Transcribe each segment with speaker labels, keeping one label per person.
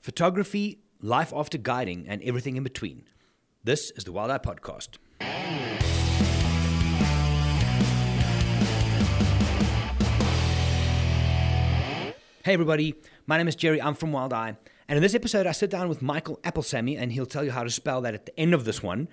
Speaker 1: photography, life after guiding, and everything in between. This is the Wild Eye Podcast. Hey, everybody. My name is Jerry. I'm from Wild Eye. And in this episode, I sit down with Michael Applesamy, and he'll tell you how to spell that at the end of this one.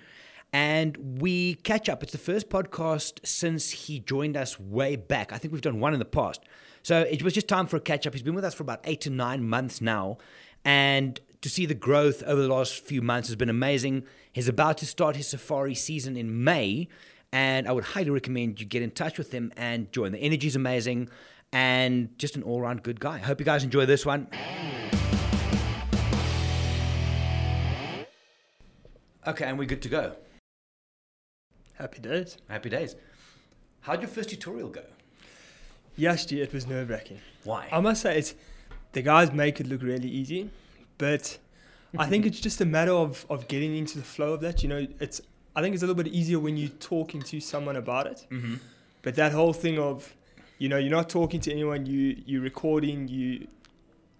Speaker 1: And we catch up. It's the first podcast since he joined us way back. I think we've done one in the past. So it was just time for a catch up. He's been with us for about eight to nine months now. And to see the growth over the last few months has been amazing. He's about to start his safari season in May. And I would highly recommend you get in touch with him and join. The energy's amazing and just an all round good guy. I hope you guys enjoy this one. Okay, and we're good to go.
Speaker 2: Happy days.
Speaker 1: Happy days. How'd your first tutorial go?
Speaker 2: Yesterday it was nerve wracking.
Speaker 1: Why?
Speaker 2: I must say, it's, the guys make it look really easy, but I
Speaker 1: Mm-hmm.
Speaker 2: think it's just a matter of, of getting into the flow of that. You know, it's I think it's a little bit easier when you're talking to someone about it.
Speaker 1: mm-hmm.
Speaker 2: But that whole thing of, you know, you're not talking to anyone. You you're recording. You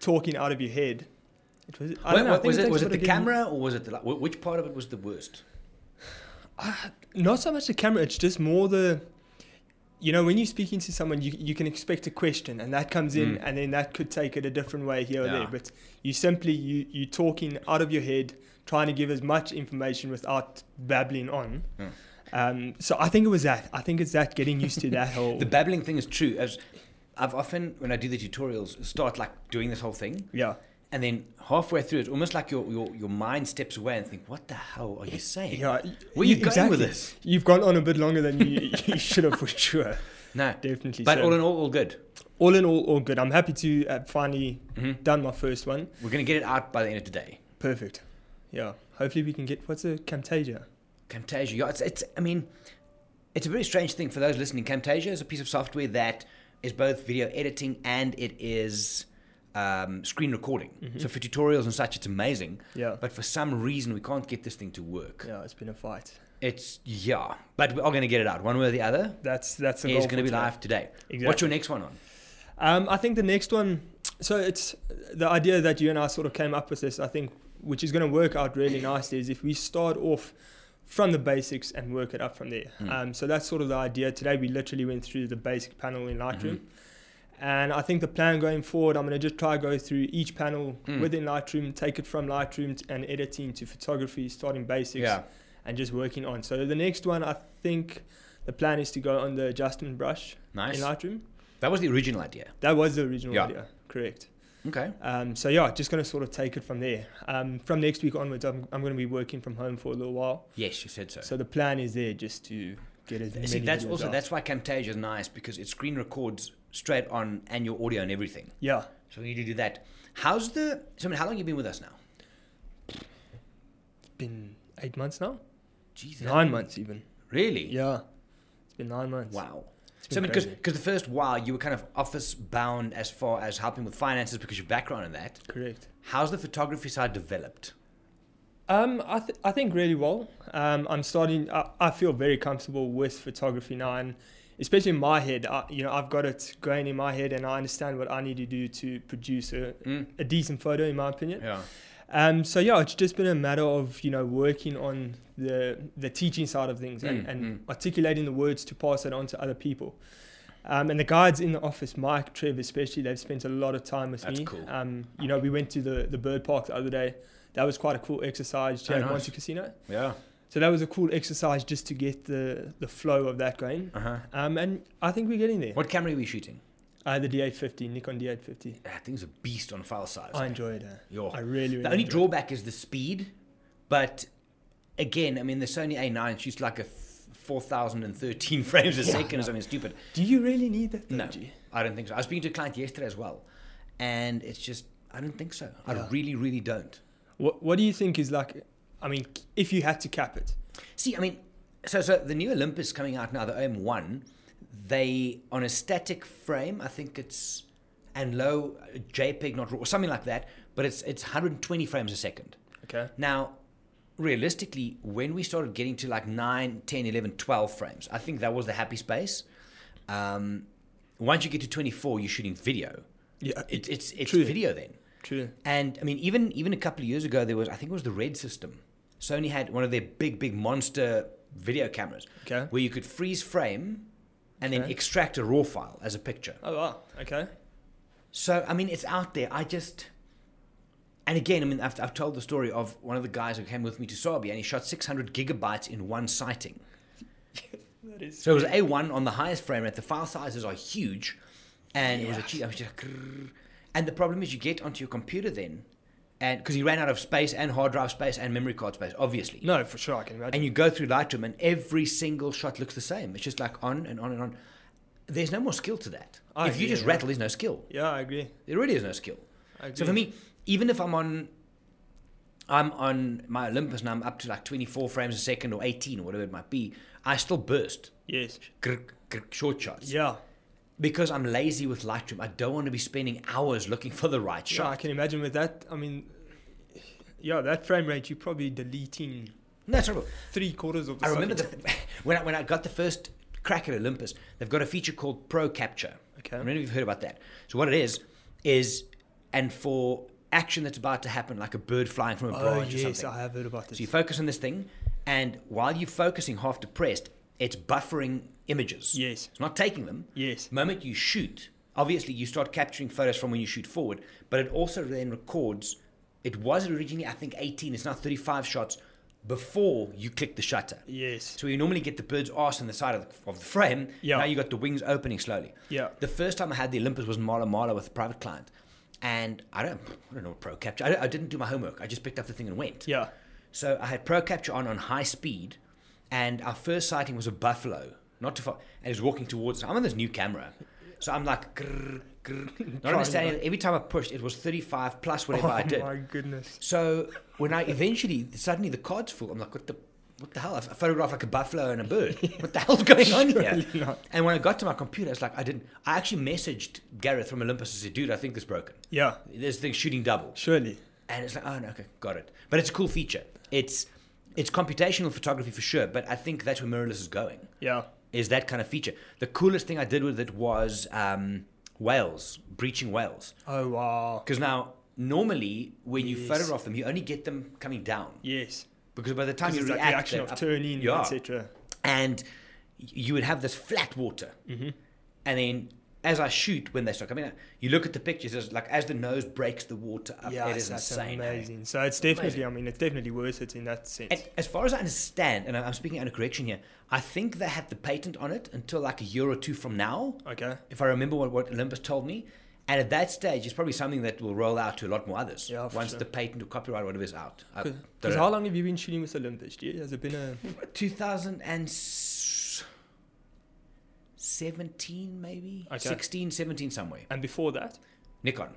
Speaker 2: talking out of your head. It was. I
Speaker 1: Wait,
Speaker 2: don't know, I
Speaker 1: what-
Speaker 2: think
Speaker 1: was it,
Speaker 2: takes
Speaker 1: was
Speaker 2: a
Speaker 1: it
Speaker 2: bit
Speaker 1: the
Speaker 2: of getting-
Speaker 1: camera or was it the, li- wh- which part of it was the worst?
Speaker 2: Not so much the camera. It's just more the. You know, when you're speaking to someone, you, you can expect a question, and that comes in,
Speaker 1: Mm.
Speaker 2: and then that could take it a different way here or
Speaker 1: Yeah.
Speaker 2: there. But you simply you you talking out of your head, trying to give as much information without babbling on.
Speaker 1: Mm.
Speaker 2: Um, so I think it was that. I think it's that getting used to that whole.
Speaker 1: The babbling thing is true. As I've often, when I do the tutorials, start like doing this whole thing,
Speaker 2: yeah,
Speaker 1: and then halfway through, it's almost like your, your, your mind steps away and think, "What the hell are you saying?
Speaker 2: yeah.
Speaker 1: Where are you
Speaker 2: y-
Speaker 1: going with this?"
Speaker 2: You've gone on a bit longer than you, you should have for sure.
Speaker 1: No,
Speaker 2: Definitely.
Speaker 1: but
Speaker 2: so
Speaker 1: all in all, all good.
Speaker 2: all in all, all good. I'm happy to have finally
Speaker 1: Mhm.
Speaker 2: done my first one.
Speaker 1: We're gonna get it out by the end of today.
Speaker 2: Perfect. Yeah. Hopefully we can get what's a Camtasia.
Speaker 1: Camtasia. Yeah, it's, it's, I mean, it's a very strange thing for those listening. Camtasia is a piece of software that is both video editing and it is um, screen recording.
Speaker 2: Mm-hmm.
Speaker 1: So for tutorials and such, it's amazing.
Speaker 2: Yeah.
Speaker 1: But for some reason, we can't get this thing to work.
Speaker 2: Yeah, it's been a fight.
Speaker 1: It's, yeah. But we are going to get it out one way or the other.
Speaker 2: That's that's the
Speaker 1: It's
Speaker 2: goal
Speaker 1: going to
Speaker 2: for
Speaker 1: be
Speaker 2: today.
Speaker 1: live today. What's
Speaker 2: Exactly.
Speaker 1: your next one on?
Speaker 2: Um, I think the next one. So it's the idea that you and I sort of came up with this. I think which is going to work out really nicely is if we start off from the basics and work it up from there.
Speaker 1: Mm.
Speaker 2: Um, so that's sort of the idea. Today we literally went through the basic panel in Lightroom.
Speaker 1: Hmm.
Speaker 2: And I think the plan going forward, I'm going to just try go through each panel
Speaker 1: Mm.
Speaker 2: within Lightroom, take it from Lightroom t- and editing to photography, starting basics, and just working on. So the next one, I think the plan is to go on the adjustment brush
Speaker 1: Nice.
Speaker 2: in Lightroom.
Speaker 1: That was the original idea.
Speaker 2: That was the original
Speaker 1: Yeah.
Speaker 2: idea, correct?
Speaker 1: Okay.
Speaker 2: Um, so yeah, just going to sort of take it from there. Um, from next week onwards, I'm, I'm going to be working from home for a little while.
Speaker 1: Yes, you said so.
Speaker 2: So the plan is there just to get as many.
Speaker 1: See, that's
Speaker 2: videos
Speaker 1: also
Speaker 2: out.
Speaker 1: that's why Camtasia is nice because it screen records straight on and your audio and everything.
Speaker 2: yeah.
Speaker 1: So we need to do that. How's the? So I mean, how long you been with us now?
Speaker 2: It's been eight months now.
Speaker 1: Jesus.
Speaker 2: Nine months even.
Speaker 1: Really?
Speaker 2: Yeah, it's been nine months.
Speaker 1: Wow.
Speaker 2: It's
Speaker 1: So
Speaker 2: been
Speaker 1: because
Speaker 2: crazy.
Speaker 1: because the first while you were kind of office bound as far as helping with finances because your background in that.
Speaker 2: Correct.
Speaker 1: How's the photography side developed?
Speaker 2: Um, I, th- I think really well. Um, I'm starting. I, I feel very comfortable with photography now, and especially in my head. I, you know, I've got it going in my head, and I understand what I need to do to produce a,
Speaker 1: Mm.
Speaker 2: a decent photo, in my opinion.
Speaker 1: Yeah.
Speaker 2: Um, so yeah, it's just been a matter of you know working on the the teaching side of things and,
Speaker 1: Mm,
Speaker 2: and
Speaker 1: mm.
Speaker 2: articulating the words to pass it on to other people. Um, and the guides in the office, Mike, Trev, especially, they've spent a lot of time with
Speaker 1: That's
Speaker 2: me.
Speaker 1: cool.
Speaker 2: Um, you know, we went to the, the bird park the other day. That was quite a cool exercise
Speaker 1: Oh,
Speaker 2: down
Speaker 1: nice.
Speaker 2: at Monte Casino.
Speaker 1: Yeah.
Speaker 2: So that was a cool exercise just to get the, the flow of that going.
Speaker 1: Uh huh.
Speaker 2: Um, and I think we're getting there.
Speaker 1: What camera were you shooting?
Speaker 2: Uh, the D850, Nikon D850.
Speaker 1: That thing's a beast on file size.
Speaker 2: I enjoyed it.
Speaker 1: Yo.
Speaker 2: I really, really
Speaker 1: Oh. The only
Speaker 2: enjoyed it.
Speaker 1: drawback is the speed, but again, I mean, the Sony A9 shoots like a f- 4,013 frames a
Speaker 2: Yeah.
Speaker 1: second or something stupid.
Speaker 2: Do you really need that? though,
Speaker 1: No,
Speaker 2: G?
Speaker 1: I don't think so. I was speaking to a client yesterday as well, and it's just, I don't think so. I
Speaker 2: Yeah.
Speaker 1: really, really don't.
Speaker 2: What What do you think is like? I mean, if you had to cap it,
Speaker 1: See, I mean, so so the new Olympus coming out now, the OM1, they on a static frame, I think it's and low uh, JPEG, not raw, or something like that, but it's it's 120 frames a second.
Speaker 2: okay,
Speaker 1: Now, realistically, when we started getting to like 9, 10, 11, 12 frames, I think that was the happy space. Um, once you get to 24, you're shooting video.
Speaker 2: yeah,
Speaker 1: It, it's it's
Speaker 2: True.
Speaker 1: video then.
Speaker 2: True.
Speaker 1: And I mean, even even a couple of years ago, there was I think it was the Red system. Sony had one of their big big monster video cameras
Speaker 2: Okay.
Speaker 1: where you could freeze frame and then
Speaker 2: Okay.
Speaker 1: extract a raw file as a picture.
Speaker 2: Oh wow. Okay.
Speaker 1: So I mean, it's out there. I just and again, I mean, I've, I've told the story of one of the guys who came with me to Sabi, and he shot 600 gigabytes in one sighting.
Speaker 2: That is.
Speaker 1: So it was A1 on the highest frame rate. The file sizes are huge, and it was a cheat. I was just like, "Grrr." and the problem is you get onto your computer then, and because he ran out of space and hard drive space and memory card space, obviously.
Speaker 2: no, for sure. I can imagine.
Speaker 1: And you go through Lightroom, and every single shot looks the same. It's just like on and on and on. There's no more skill to that.
Speaker 2: I
Speaker 1: if you
Speaker 2: agree,
Speaker 1: just
Speaker 2: yeah.
Speaker 1: rattle, there's no skill.
Speaker 2: yeah, I agree.
Speaker 1: There really is no skill.
Speaker 2: I agree.
Speaker 1: So for me, even if I'm on, I'm on my Olympus and I'm up to like 24 frames a second or 18 or whatever it might be, I still burst
Speaker 2: yes.
Speaker 1: grrk, grrk, short shots
Speaker 2: Yeah.
Speaker 1: because I'm lazy with Lightroom. I don't want to be spending hours looking for the right
Speaker 2: Sure.
Speaker 1: shot.
Speaker 2: I can imagine with that. I mean, yeah, that frame rate you're probably deleting
Speaker 1: No, it's horrible.
Speaker 2: three quarters of the.
Speaker 1: I remember the,
Speaker 2: site.
Speaker 1: when I, when I got the first crack at Olympus, they've got a feature called Pro Capture.
Speaker 2: Okay.
Speaker 1: I don't know if you've heard about that. So what it is is, and for action that's about to happen, like a bird flying from a
Speaker 2: Oh
Speaker 1: branch or
Speaker 2: yes,
Speaker 1: something.
Speaker 2: I have heard about this.
Speaker 1: So you focus on this thing, and while you're focusing half depressed, it's buffering images.
Speaker 2: Yes.
Speaker 1: It's not taking them.
Speaker 2: Yes.
Speaker 1: The moment you shoot, obviously you start capturing photos from when you shoot forward, but it also then records. It was originally, I think, 18. It's now 35 shots before you click the shutter.
Speaker 2: Yes.
Speaker 1: So you normally get the bird's arse on the side of the, of the frame.
Speaker 2: Yeah.
Speaker 1: Now you got the wings opening slowly.
Speaker 2: Yeah.
Speaker 1: The first time I had the Olympus was in Marla Marla with a private client, and I don't, I don't know what Pro Capture. I, I didn't do my homework. I just picked up the thing and went.
Speaker 2: Yeah.
Speaker 1: So I had Pro Capture on on high speed, and our first sighting was a buffalo, not too far, and it was walking towards. I'm on this new camera, so I'm like, grrr, grrr, not
Speaker 2: Trying
Speaker 1: understanding.
Speaker 2: to-
Speaker 1: that Every time I pushed, it was 35 plus whatever
Speaker 2: oh
Speaker 1: I did.
Speaker 2: my goodness.
Speaker 1: So when I eventually suddenly the card's full, I'm like, what the what the hell? I photographed like a buffalo and a bird. What the hell's going on here?
Speaker 2: Surely not.
Speaker 1: And when I got to my computer, it's like I didn't. I actually messaged Gareth from Olympus and said, dude, I think this broken.
Speaker 2: Yeah.
Speaker 1: This thing's shooting double.
Speaker 2: Surely.
Speaker 1: And it's like, oh no, okay, got it. But it's a cool feature. It's it's computational photography for sure, but I think that's where mirrorless is going.
Speaker 2: Yeah.
Speaker 1: Is that kind of feature? The coolest thing I did with it was um, whales breaching whales,
Speaker 2: Oh wow.
Speaker 1: because now normally when you
Speaker 2: Yes.
Speaker 1: photograph them, you only get them coming down
Speaker 2: Yes.
Speaker 1: because by the time
Speaker 2: This
Speaker 1: you
Speaker 2: is
Speaker 1: react,
Speaker 2: like the action
Speaker 1: they're
Speaker 2: of
Speaker 1: up-
Speaker 2: turning,
Speaker 1: yeah.
Speaker 2: etc.
Speaker 1: and you would have this flat water,
Speaker 2: Mm-hmm.
Speaker 1: and then as I shoot, when they start coming out, you look at the pictures as like as the nose breaks the water up.
Speaker 2: Yeah,
Speaker 1: it is
Speaker 2: that's
Speaker 1: insane. eh?
Speaker 2: amazing. So it's definitely,
Speaker 1: Amazing.
Speaker 2: I mean, it's definitely worth it in that sense.
Speaker 1: And as far as I understand, and I'm speaking out of correction here, I think they had the patent on it until like a year or two from now,
Speaker 2: okay.
Speaker 1: if I remember what, what Olympus told me. And at that stage, it's probably something that will roll out to a lot more others
Speaker 2: Yeah, for
Speaker 1: once
Speaker 2: sure.
Speaker 1: the patent or copyright or whatever is out. I don't
Speaker 2: Because
Speaker 1: know.
Speaker 2: how long have you been shooting with Olympus? Do you, has it been a
Speaker 1: 2017 maybe
Speaker 2: Okay.
Speaker 1: sixteen, seventeen 16 17 somewhere
Speaker 2: and before that?
Speaker 1: nikon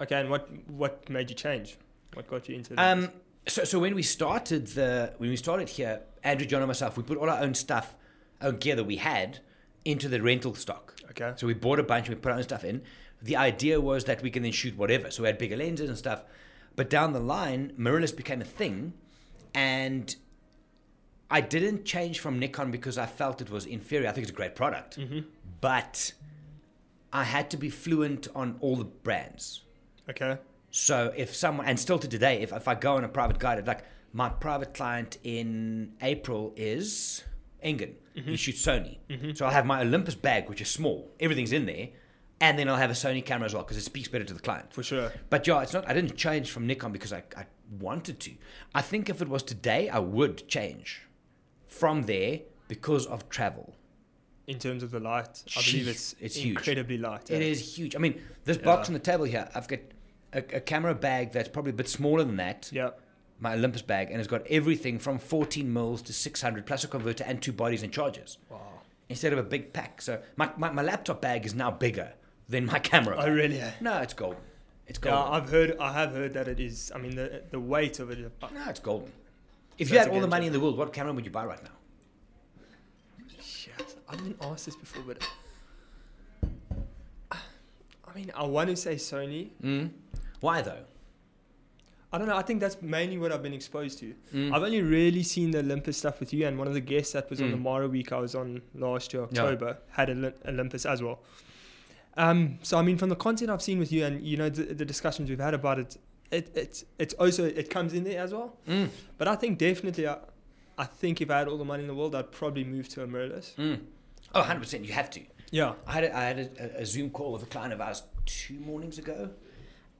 Speaker 2: Okay, and what what made you change? What got you into
Speaker 1: um so, so when we started the when we started here andrew john and myself we put all our own stuff our gear that we had into the rental stock
Speaker 2: that? Okay.
Speaker 1: so we bought a bunch and we put our own stuff in the idea was that we can then shoot whatever so we had bigger lenses and stuff but down the line mirrorless became a thing and I didn't change from Nikon because I felt it was inferior. I think it's a great product, but I had to be fluent on all the brands.
Speaker 2: Okay.
Speaker 1: So if someone, and still to today, if, if I go on a private guided, like my private client in April is Engen.
Speaker 2: Mm-hmm.
Speaker 1: He shoots Sony. So I'll have my Olympus bag, which is small, everything's in there. And then I'll have a Sony camera as well because it speaks better to the client.
Speaker 2: For sure.
Speaker 1: But yeah, it's not. I didn't change from Nikon because I, I wanted to. I think if it was today, I would change from there because of travel.
Speaker 2: In terms of the light, I
Speaker 1: Sheesh,
Speaker 2: believe it's
Speaker 1: it's huge.
Speaker 2: incredibly light.
Speaker 1: It
Speaker 2: eh?
Speaker 1: is huge. I mean, this box
Speaker 2: Yeah.
Speaker 1: on the table here, I've got a, a camera bag that's probably a bit smaller than that,
Speaker 2: Yeah.
Speaker 1: my Olympus bag, and it's got everything from 14 mils to 600 plus a converter and two bodies and chargers
Speaker 2: Wow.
Speaker 1: instead of a big pack. So my, my, my laptop bag is now bigger than my camera.
Speaker 2: Oh
Speaker 1: bag.
Speaker 2: really? eh?
Speaker 1: No, it's golden. It's
Speaker 2: Yeah,
Speaker 1: golden.
Speaker 2: I've heard. I have heard that it is. I mean, the the weight of it. uh,
Speaker 1: no, it's golden. If
Speaker 2: So
Speaker 1: you
Speaker 2: it's
Speaker 1: had
Speaker 2: a
Speaker 1: all the
Speaker 2: game
Speaker 1: money in the world, what camera would you buy right now?
Speaker 2: Shit, I've been asked this before, but uh, I mean, I want to say Sony.
Speaker 1: Mm. Why though?
Speaker 2: I don't know. I think that's mainly what I've been exposed to.
Speaker 1: Mm.
Speaker 2: I've only really seen the Olympus stuff with you, and one of the guests that was on the
Speaker 1: Mm.
Speaker 2: Mara week I was on last year,
Speaker 1: Yeah.
Speaker 2: October, had Olym- Olympus as well. Um, so I mean, from the content I've seen with you, and you know the, the discussions we've had about it, it it's it's also it comes in there as well.
Speaker 1: Mm.
Speaker 2: But I think definitely, I, I think if I had all the money in the world, I'd probably move to a mirrorless.
Speaker 1: Mm. Oh, 100%. You have to.
Speaker 2: Yeah.
Speaker 1: I had, a, I had a, a Zoom call with a client of ours two mornings ago.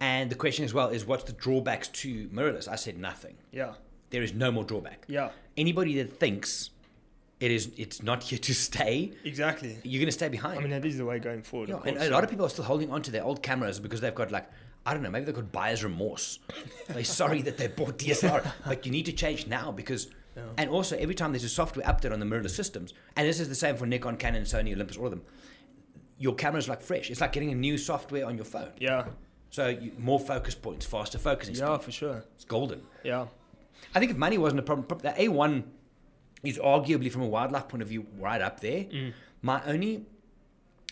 Speaker 1: And the question as well is what's the drawbacks to mirrorless? I said nothing.
Speaker 2: Yeah.
Speaker 1: There is no more drawback.
Speaker 2: Yeah.
Speaker 1: Anybody that thinks it is, it's not here to stay,
Speaker 2: Exactly.
Speaker 1: you're going to stay behind.
Speaker 2: I mean, that is the way going forward.
Speaker 1: Yeah,
Speaker 2: of
Speaker 1: and
Speaker 2: course.
Speaker 1: a lot of people are still holding on to their old cameras because they've got like I don't know, maybe they've got buyer's remorse. They're sorry that they bought DSLR, but you need to change now because. And also, every time there's a software update on the mirrorless systems, and this is the same for Nikon, Canon, Sony, Olympus, all of them, your camera's like fresh. It's like getting a new software on your phone.
Speaker 2: Yeah.
Speaker 1: So you, more focus points, faster focusing
Speaker 2: Yeah,
Speaker 1: speed.
Speaker 2: for sure.
Speaker 1: It's golden.
Speaker 2: Yeah.
Speaker 1: I think if money wasn't a problem, prob- the A1 is arguably from a wildlife point of view right up there.
Speaker 2: Mm.
Speaker 1: My only,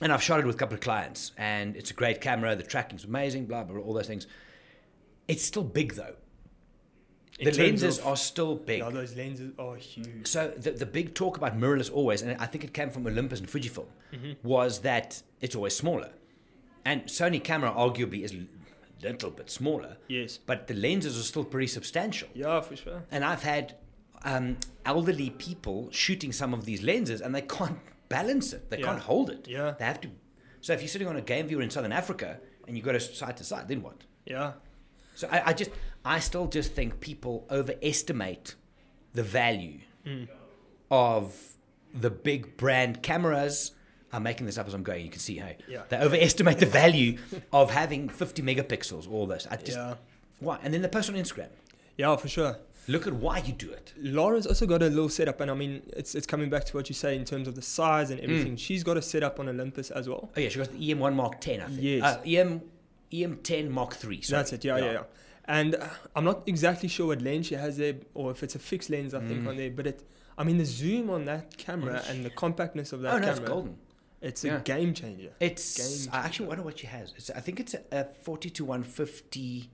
Speaker 1: and I've shot it with a couple of clients, and it's a great camera, the tracking's amazing, blah, blah, blah, all those things. It's still big though.
Speaker 2: In
Speaker 1: the
Speaker 2: terms
Speaker 1: lenses
Speaker 2: of-
Speaker 1: are still big.
Speaker 2: Yeah, those lenses are huge.
Speaker 1: so the, the big talk about mirrorless always, and I think it came from Olympus and Fujifilm,
Speaker 2: Mm-hmm.
Speaker 1: was that it's always smaller. And Sony camera arguably is a little bit smaller,
Speaker 2: Yes.
Speaker 1: but the lenses are still pretty substantial.
Speaker 2: Yeah, for sure.
Speaker 1: And I've had um, elderly people shooting some of these lenses and they can't balance it. They
Speaker 2: Yeah.
Speaker 1: can't hold it.
Speaker 2: Yeah.
Speaker 1: They have to. So if you're sitting on a game viewer in Southern Africa and you go to side to side, then what?
Speaker 2: Yeah.
Speaker 1: So I, I just, I still just think people overestimate the value
Speaker 2: Hmm.
Speaker 1: of the big brand cameras. I'm making this up as I'm going. You can see how
Speaker 2: Yeah.
Speaker 1: they overestimate the value of having 50 megapixels. All this, I just
Speaker 2: Yeah.
Speaker 1: why? And then the post on Instagram.
Speaker 2: Yeah, for sure.
Speaker 1: Look at why you do it.
Speaker 2: Laura's also got a little setup, and I mean, it's it's coming back to what you say in terms of the size
Speaker 1: Mm.
Speaker 2: and everything. She's got a setup on Olympus as well.
Speaker 1: Oh yeah, she got the EM1 Mark 10, I think.
Speaker 2: Yes.
Speaker 1: Uh, EM EM10 Mark 3. Sorry. Oh,
Speaker 2: That's it. Yeah, yeah, yeah. And uh, I'm not exactly sure what lens she has there, or if it's a fixed lens, I
Speaker 1: Mm.
Speaker 2: think, on there. But it, I mean, the zoom on that camera and the compactness of that
Speaker 1: Oh no,
Speaker 2: camera,
Speaker 1: it's golden.
Speaker 2: it's
Speaker 1: Yeah.
Speaker 2: a game changer.
Speaker 1: It's
Speaker 2: Game
Speaker 1: I actually wonder what she has. It's, I think it's a, a 40 to 150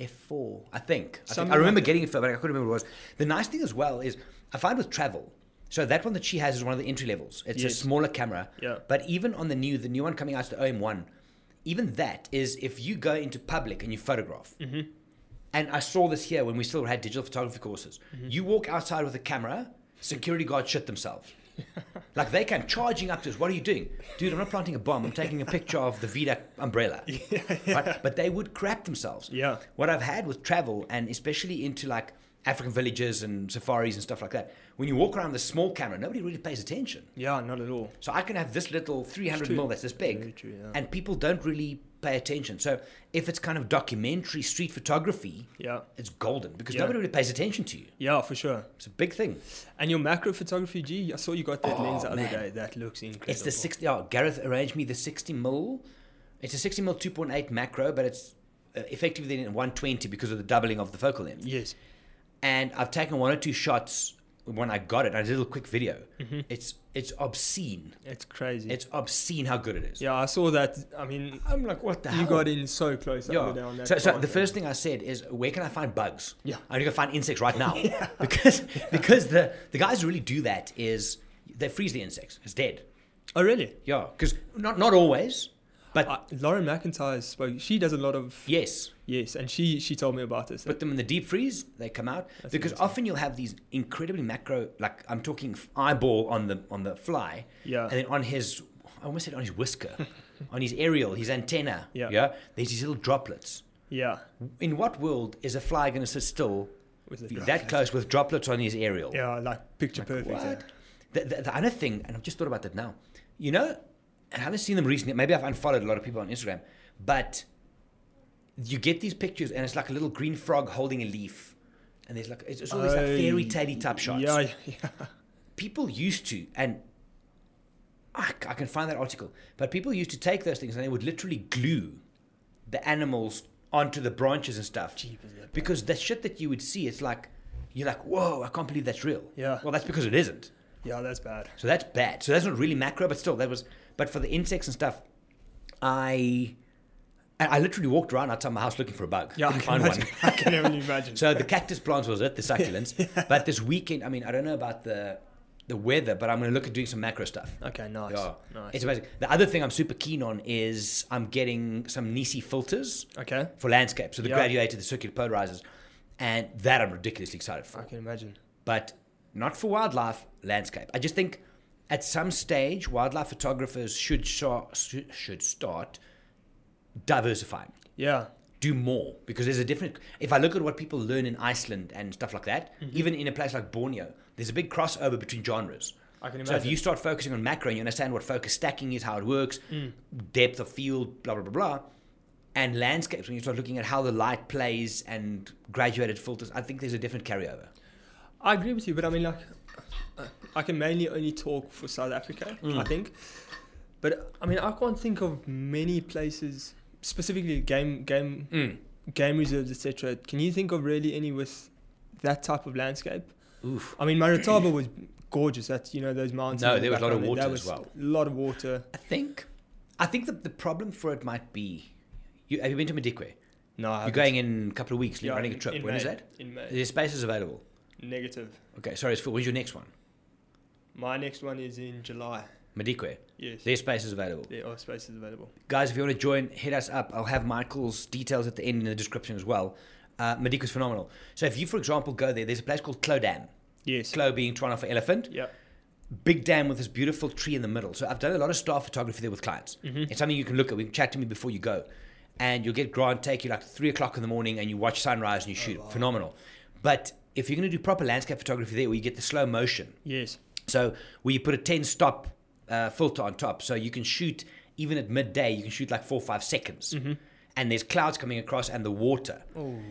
Speaker 1: f4. I think. I, think.
Speaker 2: Something
Speaker 1: I remember
Speaker 2: like that.
Speaker 1: getting it for, but I couldn't remember what it was. The nice thing as well is I find with travel. So that one that she has is one of the entry levels. It's a
Speaker 2: Yes.
Speaker 1: smaller camera.
Speaker 2: Yeah.
Speaker 1: But even on the new, the new one coming out, is the OM1, even that is if you go into public and you photograph,
Speaker 2: Mm-hmm.
Speaker 1: and I saw this here when we still had digital photography courses.
Speaker 2: Mm-hmm.
Speaker 1: You walk outside with a camera, security guards shit themselves. like they came charging up to us. What are you doing, dude? I'm not planting a bomb. I'm taking a picture of the Vita umbrella. Right? But they would crap themselves.
Speaker 2: Yeah.
Speaker 1: What I've had with travel and especially into like African villages and safaris and stuff like that, when you walk around with a small camera, nobody really pays attention.
Speaker 2: Yeah, not at all.
Speaker 1: So I can have this little 300 mil that's this
Speaker 2: Very
Speaker 1: big,
Speaker 2: true, yeah.
Speaker 1: and people don't really pay attention. So if it's kind of documentary street photography,
Speaker 2: Yeah,
Speaker 1: it's golden because
Speaker 2: Yeah.
Speaker 1: nobody really pays attention to you.
Speaker 2: yeah, for sure.
Speaker 1: It's a big thing.
Speaker 2: And your macro photography, G, I saw you got that
Speaker 1: Oh,
Speaker 2: lens the other
Speaker 1: man.
Speaker 2: day. That looks incredible.
Speaker 1: It's the 60. Oh, Gareth arranged me the 60 mil. It's a 60 mil 2.8 macro, but it's uh, effectively then 120 because of the doubling of the focal length.
Speaker 2: Yes.
Speaker 1: And I've taken one or two shots when I got it. I did a little quick video.
Speaker 2: Mm-hmm.
Speaker 1: It's it's obscene.
Speaker 2: It's crazy.
Speaker 1: It's obscene how good it is.
Speaker 2: yeah, I saw that. I mean,
Speaker 1: I'm like, what the
Speaker 2: you got in so close the other day on
Speaker 1: Yeah.
Speaker 2: that.
Speaker 1: So, so
Speaker 2: card,
Speaker 1: the
Speaker 2: man.
Speaker 1: first thing I said is, where can I find bugs?
Speaker 2: Yeah.
Speaker 1: I need to go find insects right now because because the the guys who really do that is they freeze the insects. It's dead.
Speaker 2: Oh, really?
Speaker 1: Yeah. Because not not always, but
Speaker 2: Uh, Lauren McIntyre spoke. She does a lot of
Speaker 1: yes.
Speaker 2: yes, and she she told me about this.
Speaker 1: Put them in the deep freeze. They come out because
Speaker 2: amazing.
Speaker 1: often you'll have these incredibly macro, like I'm talking f- eyeball on the on the fly.
Speaker 2: Yeah.
Speaker 1: And then on his, I almost said on his whisker, on his aerial, his antenna.
Speaker 2: Yeah.
Speaker 1: Yeah. There's these little droplets.
Speaker 2: yeah,
Speaker 1: In what world is a fly going to sit still
Speaker 2: with
Speaker 1: be
Speaker 2: the
Speaker 1: that close with droplets on his aerial.
Speaker 2: Yeah, like picture perfect. yeah.
Speaker 1: What? The, the, the other thing, and I've just thought about that now, you know, I haven't seen them recently. Maybe I've unfollowed a lot of people on Instagram, but you get these pictures, and it's like a little green frog holding a leaf. And there's like, it's, it's all these like
Speaker 2: Oh,
Speaker 1: fairy tale type shots.
Speaker 2: Yeah, yeah,
Speaker 1: People used to, and I, c- I can find that article, but people used to take those things and they would literally glue the animals onto the branches and stuff.
Speaker 2: Jeepers, that-
Speaker 1: Because the shit that you would see, it's like, you're like, whoa, I can't believe that's real.
Speaker 2: Yeah.
Speaker 1: Well, that's because it isn't.
Speaker 2: yeah. That's bad.
Speaker 1: So that's bad. So that's not really macro, but still, that was. But for the insects and stuff, I. I I literally walked around outside my house looking for a bug.
Speaker 2: Yeah, I
Speaker 1: Didn't
Speaker 2: can,
Speaker 1: find
Speaker 2: imagine,
Speaker 1: one.
Speaker 2: I can only imagine.
Speaker 1: So the cactus plants was it, the succulents. But this weekend, I mean, I don't know about the the weather, but I'm going to look at doing some macro stuff.
Speaker 2: Okay, nice.
Speaker 1: Yeah.
Speaker 2: Nice.
Speaker 1: It's amazing. The other thing I'm super keen on is I'm getting some Nisi filters
Speaker 2: okay.
Speaker 1: for landscape. So the
Speaker 2: Yeah.
Speaker 1: graduated, the circular polarizers, and that I'm ridiculously excited for.
Speaker 2: I can imagine.
Speaker 1: But not for wildlife landscape. I just think at some stage, wildlife photographers should sha- should should start diversifying,
Speaker 2: Yeah.
Speaker 1: do more because there's a different. If I look at what people learn in Iceland and stuff like that,
Speaker 2: Mm-hmm.
Speaker 1: even in a place like Borneo, there's a big crossover between genres.
Speaker 2: I can
Speaker 1: So if
Speaker 2: imagine.
Speaker 1: you start focusing on macro and you understand what focus stacking is, how it works,
Speaker 2: Mm.
Speaker 1: depth of field, blah blah blah blah, and landscapes, when you start looking at how the light plays and graduated filters, I think there's a different carryover.
Speaker 2: I agree with you, but I mean, like, uh, I can mainly only talk for South Africa,
Speaker 1: Mm.
Speaker 2: I think. But I mean, I can't think of many places, specifically game, game,
Speaker 1: Mm.
Speaker 2: game reserves, etc. Can you think of really any with that type of landscape?
Speaker 1: Oof.
Speaker 2: I mean, Maritaba was gorgeous. That's you know those mountains.
Speaker 1: No,
Speaker 2: in the
Speaker 1: there was a lot of
Speaker 2: background,
Speaker 1: water as
Speaker 2: that was
Speaker 1: well.
Speaker 2: A lot of water.
Speaker 1: I think, I think the, the problem for it might be, you, have you been to Madikwe?
Speaker 2: No, I
Speaker 1: You're
Speaker 2: haven't.
Speaker 1: going in a couple of weeks.
Speaker 2: Uh, Yeah,
Speaker 1: you're running a
Speaker 2: in-
Speaker 1: trip.
Speaker 2: in
Speaker 1: When is
Speaker 2: May.
Speaker 1: that?
Speaker 2: In May.
Speaker 1: There's spaces available.
Speaker 2: Negative.
Speaker 1: Okay, sorry, it's full. When's your next one?
Speaker 2: My next one is in July.
Speaker 1: Madikwe.
Speaker 2: Yes,
Speaker 1: There's spaces available.
Speaker 2: there are spaces available.
Speaker 1: Guys, if you want to join, hit us up. I'll have Michael's details at the end in the description as well. Uh, Madikwe's phenomenal. So if you, for example, go there, there's a place called Clo Dam.
Speaker 2: Yes.
Speaker 1: Clo being Toronto for elephant.
Speaker 2: Yeah.
Speaker 1: big dam with this beautiful tree in the middle. So I've done a lot of star photography there with clients. It's something you can look at. We can chat to me before you go, and you'll get Grant take you like three o'clock in the morning, and you watch sunrise and you shoot. it. Phenomenal. But if you're going to do proper landscape photography there, where you get the slow motion,
Speaker 2: Yes.
Speaker 1: so where you put a ten stop uh, filter on top, so you can shoot even at midday, you can shoot like four or five seconds, and there's clouds coming across and the water.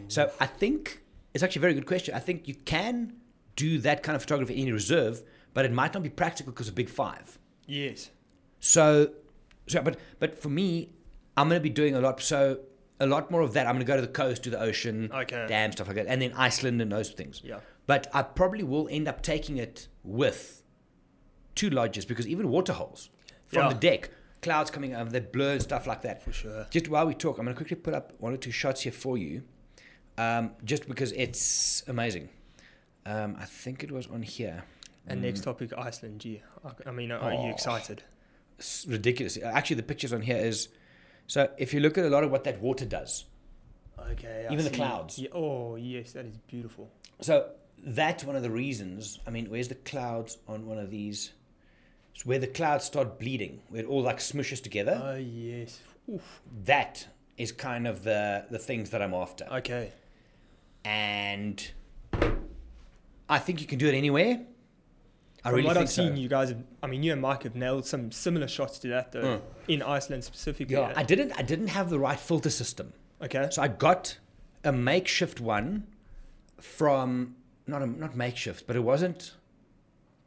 Speaker 1: So I think it's actually a very good question. I think you can do that kind of photography in your reserve, but it might not be practical because of Big Five.
Speaker 2: Yes.
Speaker 1: So, so but but for me, I'm going to be doing a lot. So a lot more of that. I'm going to go to the coast, do the ocean,
Speaker 2: Okay.
Speaker 1: dam stuff like that, and then Iceland and those things.
Speaker 2: Yeah.
Speaker 1: But I probably will end up taking it with two lodges because even water holes from
Speaker 2: Yeah.
Speaker 1: the deck, clouds coming over, they blur and stuff like that.
Speaker 2: For sure.
Speaker 1: Just while we talk, I'm going to quickly put up one or two shots here for you, um, just because it's amazing. Um, I think it was on here.
Speaker 2: And next topic, Iceland. Gee, I- I mean, are are you
Speaker 1: Oh.
Speaker 2: excited?
Speaker 1: It's ridiculous. Actually, the pictures on here is so if you look at a lot of what that water does.
Speaker 2: Okay.
Speaker 1: Even the clouds.
Speaker 2: Ye- oh yes, that is beautiful.
Speaker 1: So that's one of the reasons. I mean, where's the clouds on one of these? It's where the clouds start bleeding, where it all like smushes together.
Speaker 2: Oh yes. Oof.
Speaker 1: that is kind of the the things that I'm after.
Speaker 2: Okay.
Speaker 1: and I think you can do it anywhere. I
Speaker 2: From
Speaker 1: really
Speaker 2: what
Speaker 1: think
Speaker 2: I've seen,
Speaker 1: so.
Speaker 2: you guys. Have, I mean, you and Mike have nailed some similar shots to that though, in Iceland specifically.
Speaker 1: Mm. yeah, I didn't. I didn't have the right filter system.
Speaker 2: okay.
Speaker 1: So I got a makeshift one from not a, not makeshift, but it wasn't.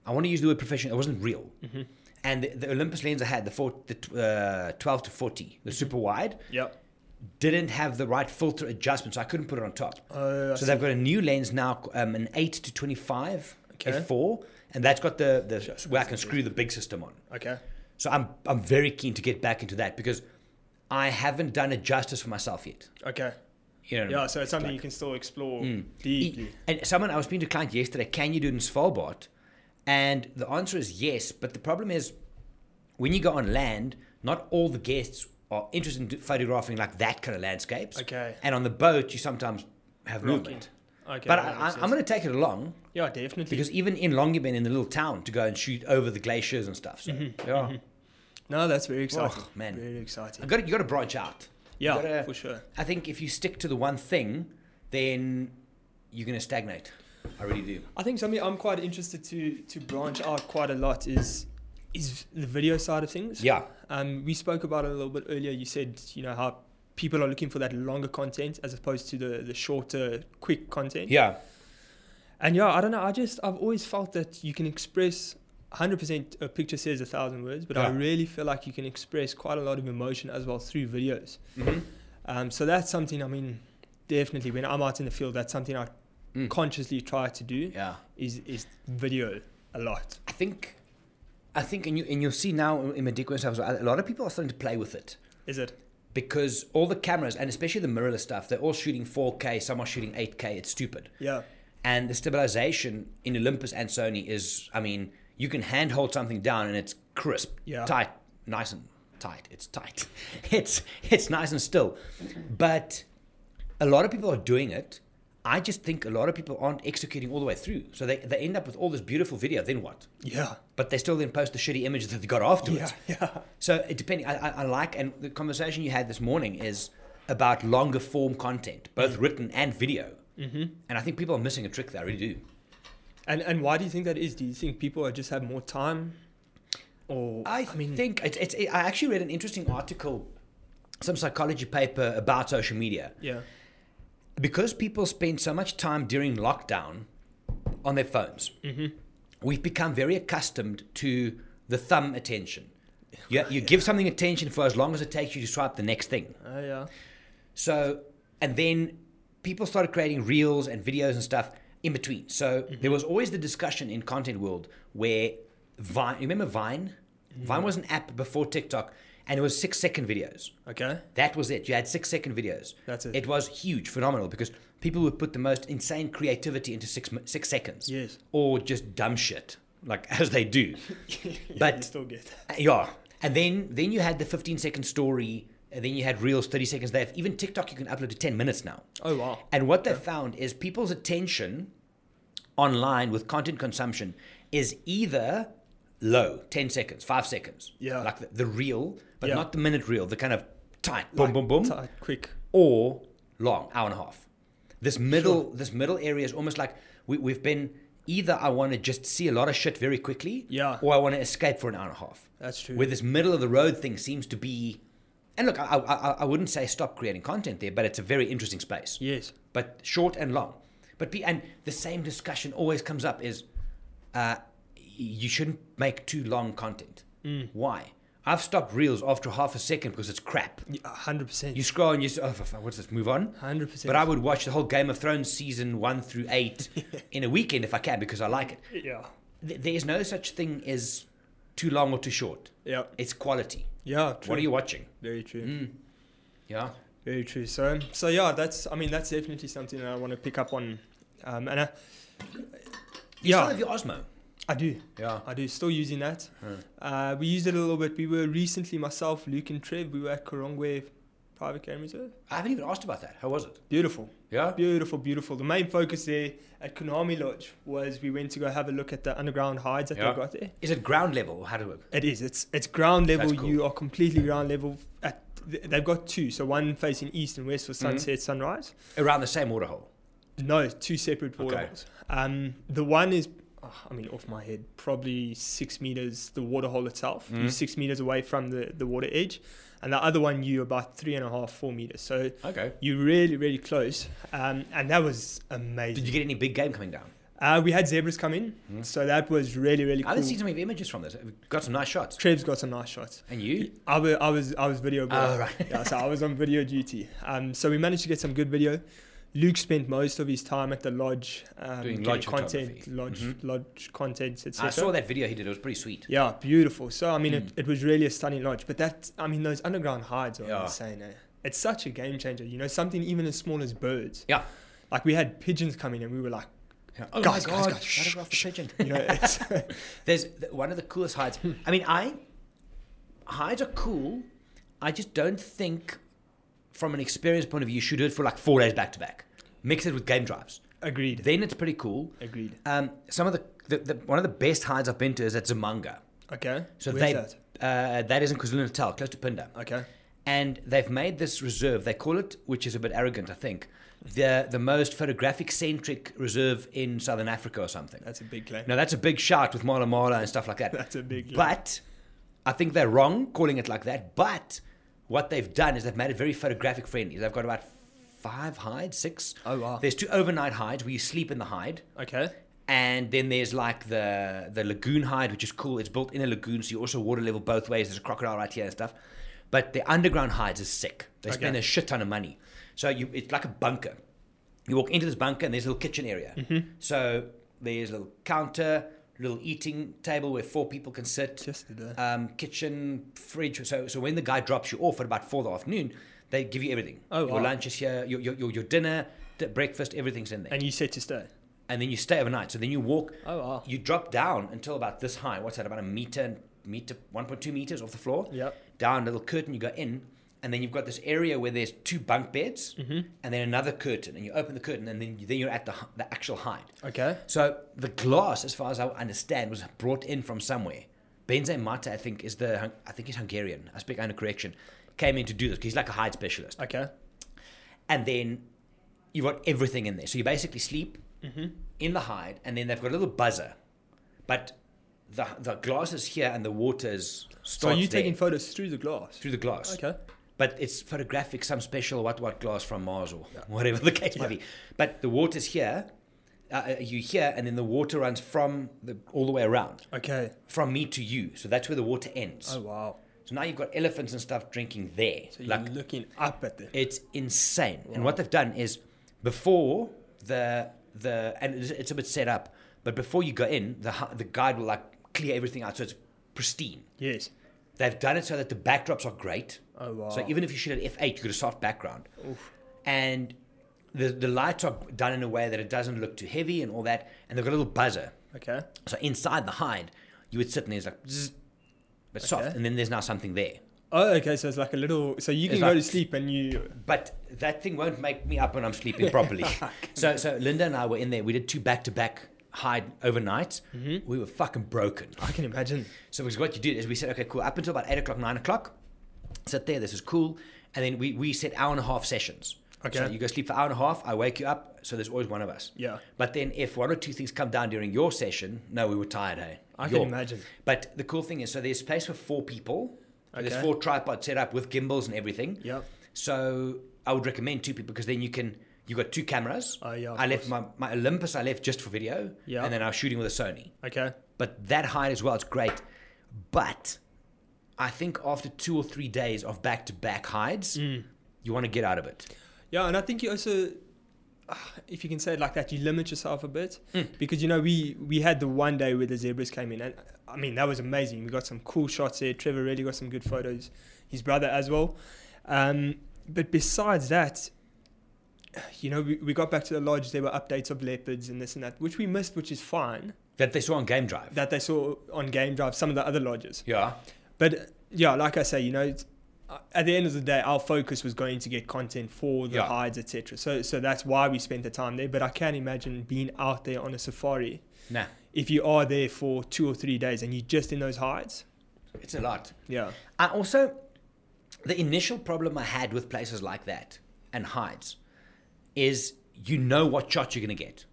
Speaker 1: I want to use the word professional. It wasn't real.
Speaker 2: Mm-hmm.
Speaker 1: And the, the Olympus lens I had, the four, the tw- uh, twelve to forty,
Speaker 2: Mm-hmm.
Speaker 1: the super wide,
Speaker 2: Yep.
Speaker 1: didn't have the right filter adjustment, so I couldn't put it on top.
Speaker 2: Oh, I
Speaker 1: so they've got a new lens now, um, an eight to twenty-five
Speaker 2: Okay.
Speaker 1: f4, and that's got the the
Speaker 2: Just
Speaker 1: where I can screw the big system on.
Speaker 2: Okay.
Speaker 1: So I'm I'm very keen to get back into that because I haven't done it justice for myself yet.
Speaker 2: Okay.
Speaker 1: You know. what I
Speaker 2: Yeah.
Speaker 1: mean? E,
Speaker 2: So it's something you can still explore
Speaker 1: Mm.
Speaker 2: deeply.
Speaker 1: And someone I was speaking to a client yesterday, can you do it in Svalbard? And the answer is yes, but the problem is when you go on land, not all the guests are interested in do- photographing like that kind of landscapes.
Speaker 2: Okay.
Speaker 1: And on the boat, you sometimes have movement.
Speaker 2: Okay.
Speaker 1: But
Speaker 2: that
Speaker 1: I,
Speaker 2: makes
Speaker 1: I,
Speaker 2: sense.
Speaker 1: I'm going to take it along
Speaker 2: Yeah, definitely.
Speaker 1: because even in Longyearbyen, in the little town, to go and shoot over the glaciers and stuff. So yeah,
Speaker 2: no, that's very exciting.
Speaker 1: Oh, man.
Speaker 2: Very exciting.
Speaker 1: you got you got to branch out. You
Speaker 2: Yeah,
Speaker 1: gotta-
Speaker 2: for sure.
Speaker 1: I think if you stick to the one thing, then you're going to stagnate. I really do.
Speaker 2: I think something I'm quite interested to to branch out quite a lot is is the video side of things.
Speaker 1: Yeah.
Speaker 2: Um, we spoke about it a little bit earlier. You said you know how people are looking for that longer content as opposed to the the shorter, quick content.
Speaker 1: Yeah.
Speaker 2: And yeah, I don't know. I just I've always felt that you can express. 100% a picture says a thousand words, but I
Speaker 1: Yeah.
Speaker 2: really feel like you can express quite a lot of emotion as well through videos.
Speaker 1: hmm
Speaker 2: Um, so that's something, I mean, definitely when I'm out in the field, that's something I
Speaker 1: Mm.
Speaker 2: consciously try to do
Speaker 1: Yeah.
Speaker 2: is, is video a lot.
Speaker 1: I think, I think, and you and you'll see now in Medico and stuff. A lot of people are starting to play with it
Speaker 2: Is it?
Speaker 1: because all the cameras and especially the mirrorless stuff, they're all shooting 4K. Some are shooting 8K. It's stupid.
Speaker 2: Yeah.
Speaker 1: And the stabilization in Olympus and Sony is, I mean, you can handhold something down and it's crisp,
Speaker 2: Yeah.
Speaker 1: tight, nice and tight. It's tight. It's it's nice and still. But a lot of people are doing it. I just think a lot of people aren't executing all the way through. So they, they end up with all this beautiful video, then what?
Speaker 2: Yeah.
Speaker 1: But they still then post the shitty images that they got afterwards.
Speaker 2: Yeah. Yeah.
Speaker 1: So it depending, I, I, I like, and the conversation you had this morning is about longer form content, both
Speaker 2: Mm.
Speaker 1: written and video. Mm-hmm. And I think people are missing a trick there. I really do.
Speaker 2: And and why do you think that is? Do you think people are just have more time? Or
Speaker 1: I, think it's, it's. I actually read an interesting article, some psychology paper about social media.
Speaker 2: yeah.
Speaker 1: because people spend so much time during lockdown on their phones, we've become very accustomed to the thumb attention. You, you give something attention for as long as it takes you to swipe the next thing.
Speaker 2: Uh, yeah.
Speaker 1: So, and then people started creating reels and videos and stuff in between. So
Speaker 2: Mm-hmm.
Speaker 1: there was always the discussion in content world where Vine, remember Vine?
Speaker 2: Mm-hmm.
Speaker 1: Vine was an app before TikTok and it was six second videos.
Speaker 2: Okay.
Speaker 1: That was it. You had six second videos.
Speaker 2: That's it.
Speaker 1: It was huge, phenomenal, because people would put the most insane creativity into six mi- six seconds.
Speaker 2: Yes.
Speaker 1: Or just dumb shit, like as they do.
Speaker 2: You
Speaker 1: but
Speaker 2: still get that.
Speaker 1: uh, yeah, and then then you had the fifteen second story, and then you had reels thirty seconds. They have even TikTok. You can upload to ten minutes now.
Speaker 2: Oh wow.
Speaker 1: And what they found is people's attention online with content consumption is either low, 10 seconds, five seconds.
Speaker 2: Yeah.
Speaker 1: Like the, the reel, but
Speaker 2: Yeah.
Speaker 1: not the minute reel, the kind of tight, boom, boom, boom,
Speaker 2: Tight, quick.
Speaker 1: or long, hour and a half. This middle, this middle area is almost like we, we've been either I want to just see a lot of shit very quickly,
Speaker 2: Yeah.
Speaker 1: or I want to escape for an hour and a half.
Speaker 2: That's true.
Speaker 1: Where this middle of the road thing seems to be, and look, I, I, I I wouldn't say stop creating content there, but it's a very interesting space
Speaker 2: yes.
Speaker 1: but short and long. But be, and the same discussion always comes up is uh, you shouldn't make too long content. Why? I've stopped reels after half a second because it's crap.
Speaker 2: hundred percent.
Speaker 1: You scroll and you say, oh, for fuck, what's this? Move on.
Speaker 2: Hundred percent.
Speaker 1: But I would watch the whole Game of Thrones season one through eight in a weekend if I can because I like it.
Speaker 2: Yeah.
Speaker 1: Th- There's no such thing as too long or too short.
Speaker 2: Yeah.
Speaker 1: It's quality.
Speaker 2: Yeah. True.
Speaker 1: What are you Mm. watching?
Speaker 2: Very true.
Speaker 1: Yeah.
Speaker 2: Very true. So, so yeah, that's. I mean, that's definitely something that I want to pick up on. Um, and I,
Speaker 1: You
Speaker 2: Yeah.
Speaker 1: still have your Osmo.
Speaker 2: I do.
Speaker 1: Yeah.
Speaker 2: I do. Still using that. Uh, we used it a little bit. We were recently, myself, Luke, and Trev. We were at Korongwe Private Game Reserve.
Speaker 1: I haven't even asked about that. How was it?
Speaker 2: Beautiful,
Speaker 1: Yeah.
Speaker 2: beautiful, beautiful. The main focus there at Konami Lodge was we went to go have a look at the underground hides that
Speaker 1: Yeah.
Speaker 2: they've got there.
Speaker 1: Is it ground level or how do it work?
Speaker 2: It is. It's it's ground level.
Speaker 1: That's cool.
Speaker 2: You are completely ground level. At th- they've got two. So one facing east and west for
Speaker 1: Mm-hmm.
Speaker 2: sunset, sunrise.
Speaker 1: around the same water hole.
Speaker 2: No, two separate water
Speaker 1: Okay.
Speaker 2: holes. Um, the one is, ah, I mean, off my head, probably six meters. The water hole itself,
Speaker 1: Mm.
Speaker 2: you're six meters away from the the water edge, and the other one you about three and a half, four meters. So
Speaker 1: Okay.
Speaker 2: you're really, really close. Um, and that was
Speaker 1: Did
Speaker 2: amazing.
Speaker 1: you get Mm. any big game coming down?
Speaker 2: Uh, we had zebras come in, so that was really, really
Speaker 1: I haven't
Speaker 2: cool.
Speaker 1: seen so many images from this. We've got some nice shots.
Speaker 2: Trev's got some nice shots.
Speaker 1: And you?
Speaker 2: I was, I was, I was video. boy.
Speaker 1: Oh, right.
Speaker 2: yeah, so I was on video duty. Um, so we managed to get some good video. Luke spent most of his time at the lodge, um,
Speaker 1: Doing
Speaker 2: getting
Speaker 1: lodge
Speaker 2: content,
Speaker 1: photography. Mm-hmm.
Speaker 2: lodge, lodge content,
Speaker 1: I
Speaker 2: etc.
Speaker 1: saw that video he did. It was pretty sweet.
Speaker 2: Yeah, beautiful. So I mean, it,
Speaker 1: Mm.
Speaker 2: it was really a stunning lodge. But that, I mean, those underground hides are
Speaker 1: Yeah.
Speaker 2: insane. Eh? It's such a game changer. You know, something even as small as birds.
Speaker 1: Yeah.
Speaker 2: Like we had pigeons coming, and we were like,
Speaker 1: Oh
Speaker 2: Guys,
Speaker 1: my
Speaker 2: guys,
Speaker 1: god!
Speaker 2: guys,
Speaker 1: Shut
Speaker 2: shh,
Speaker 1: her off the pigeon.
Speaker 2: you know, it's,
Speaker 1: There's th- one of the coolest hides. I mean, I hides are cool. I just don't think, from an experience point of view, you should do it for like four days back to back. Mix it with game drives.
Speaker 2: agreed,
Speaker 1: Then it's pretty cool.
Speaker 2: agreed.
Speaker 1: Um, some of the, the, the one of the best hides I've been to is at Zamanga.
Speaker 2: Okay.
Speaker 1: So
Speaker 2: Where's
Speaker 1: they
Speaker 2: that?
Speaker 1: Uh, that is in KwaZulu Natal, close to Pinda.
Speaker 2: Okay.
Speaker 1: and they've made this reserve. They call it, which is a bit arrogant, I think, the the most photographic centric reserve in Southern Africa or something.
Speaker 2: That's a big claim.
Speaker 1: Now that's a big shout with Mala Mala and stuff like that.
Speaker 2: That's a big claim.
Speaker 1: But I think they're wrong calling it like that. But what they've done is they've made it very photographic friendly. They've got about five hides, six.
Speaker 2: Oh, wow.
Speaker 1: There's two overnight hides where you sleep in the hide.
Speaker 2: Okay.
Speaker 1: And then there's like the the lagoon hide, which is cool. It's built in a lagoon, so you also water level both ways. There's a crocodile right here and stuff. But the underground hides is sick. They
Speaker 2: Okay.
Speaker 1: spend a shit ton of money. So you it's like a bunker. You walk into this bunker and there's a little kitchen area.
Speaker 2: Mm. Mm-hmm.
Speaker 1: So there's a little counter, little eating table where four people can sit
Speaker 2: Just did that.
Speaker 1: um, kitchen, fridge. So, so when the guy drops you off at about four in the afternoon, they give you everything.
Speaker 2: Oh,
Speaker 1: your
Speaker 2: wow.
Speaker 1: lunch is here, your, your, your, your dinner, the breakfast, everything's in there.
Speaker 2: And you said to stay.
Speaker 1: and then you stay overnight. So then you walk,
Speaker 2: Oh, wow.
Speaker 1: you drop down until about this high. What's that? About a meter, meter, 1.2 meters off the floor.
Speaker 2: Yep.
Speaker 1: Down little curtain, you go in, and then you've got this area where there's two bunk beds, and then another curtain, and you open the curtain, and then then you're at the h- the actual height.
Speaker 2: Okay.
Speaker 1: So the glass, as far as I understand, was brought in from somewhere. Benze Mata, I think, is the Hun- I think he's Hungarian. I speak under correction. Came in to do this. 'cause He's like a hide specialist
Speaker 2: Okay.
Speaker 1: and then you've got everything in there. So you basically sleep
Speaker 2: Mm-hmm.
Speaker 1: in the hide, and then they've got a little buzzer, but the the glass is here and the water is
Speaker 2: So
Speaker 1: starts
Speaker 2: are you
Speaker 1: there,
Speaker 2: taking photos through the glass?
Speaker 1: through the glass.
Speaker 2: Okay.
Speaker 1: But it's photographic, some special what what glass from Mars or whatever the case might be. But the water's here, uh, uh, you here, and then the water runs from the all the way around,
Speaker 2: Okay.
Speaker 1: from me to you. So that's where the water ends.
Speaker 2: Oh wow.
Speaker 1: So now you've got elephants and stuff drinking there.
Speaker 2: So you're
Speaker 1: like
Speaker 2: looking up at them.
Speaker 1: it's insane. And what they've done is before the the and it's, it's a bit set up, but before you go in, the hu- the guide will like clear everything out so it's pristine.
Speaker 2: Yes.
Speaker 1: They've done it so that the backdrops are great.
Speaker 2: Oh wow.
Speaker 1: So even if you shoot at f8, you got a soft background. And the the lights are done in a way that it doesn't look too heavy and all that. And they've got a little buzzer.
Speaker 2: okay.
Speaker 1: So inside the hide, you would sit and there's like, zzz, but soft,
Speaker 2: Okay.
Speaker 1: and then there's now something there.
Speaker 2: Oh, okay. So it's like a little. So you
Speaker 1: It's
Speaker 2: can go
Speaker 1: like-
Speaker 2: to sleep and you.
Speaker 1: but that thing won't make me up when I'm sleeping properly. so, so Linda and I were in there. We did two back to back hide overnight.
Speaker 2: Mm-hmm.
Speaker 1: We were fucking broken.
Speaker 2: I can imagine.
Speaker 1: So because what you do is we said, okay, cool. Up until about eight o'clock, nine o'clock, sit there. This is cool. And then we we set hour and a half sessions. So
Speaker 2: Okay.
Speaker 1: you go sleep for hour and a half. I wake you up. So there's always one of us.
Speaker 2: Yeah.
Speaker 1: But then if one or two things come down during your session, no, we were tired, hey.
Speaker 2: I
Speaker 1: Your-
Speaker 2: can imagine.
Speaker 1: But the cool thing is, so there's space for four people. So There's
Speaker 2: Okay.
Speaker 1: four tripods set up with gimbals and everything.
Speaker 2: Yep.
Speaker 1: So I would recommend two people because then you can you got two cameras.
Speaker 2: Oh, yeah, of
Speaker 1: I left my, my Olympus. I left just for video.
Speaker 2: Yeah.
Speaker 1: And then I was shooting with a Sony.
Speaker 2: Okay.
Speaker 1: But that height as well, it's great. But I think after two or three days of back to back hides,
Speaker 2: Mm.
Speaker 1: you want to get out of it.
Speaker 2: Yeah, and I think you also, ah, if you can say it like that, you limit yourself a bit because you know we we had the one day where the zebras came in, and I mean that was amazing. We got some cool shots there. Trevor really got some good photos. His brother as well. Um, but besides that, you know, we, we got back to the lodge. There were updates of leopards and this and that, which we missed, which is fine.
Speaker 1: That they saw on Game Drive.
Speaker 2: That they saw on game drive some of the other lodges.
Speaker 1: yeah.
Speaker 2: But uh, yeah, like I say, you know, it's- uh, at the end of the day, our focus was going to get content for the
Speaker 1: Yeah.
Speaker 2: hides, etc. So, so that's why we spent the time there. But I can imagine being out there on a safari
Speaker 1: Nah,
Speaker 2: if you are there for two or three days and you're just in those hides.
Speaker 1: it's a lot.
Speaker 2: Yeah.
Speaker 1: I also, the initial problem I had with places like that and hides is you know what shot you're going to get.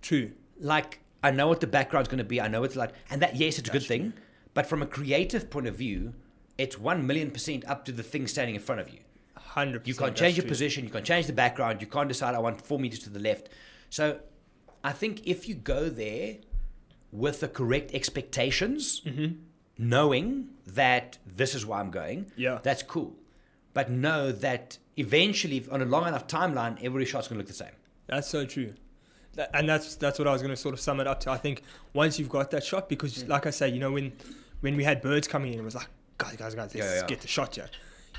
Speaker 2: True.
Speaker 1: like I know what the background's going to be. I know it's like, and that yes, it's a good thing, but from a creative point of view, it's one million percent up to the thing standing in front of you.
Speaker 2: Hundred. percent.
Speaker 1: You can't change your position. You can't change the background. You can't decide I want four meters to the left. So, I think if you go there with the correct expectations, knowing that this is why I'm going,
Speaker 2: Yeah.
Speaker 1: that's cool. But know that eventually, if- on a long enough timeline, every shot's going to look the same.
Speaker 2: That's so true. Tha- And that's that's what I was going to sort of sum it up to. I think once you've got that shot,
Speaker 1: Mm.
Speaker 2: because like I say, you know, when when we had birds coming in, it was like, guys, guys, guys, let's
Speaker 1: Yeah, yeah.
Speaker 2: get the shot here.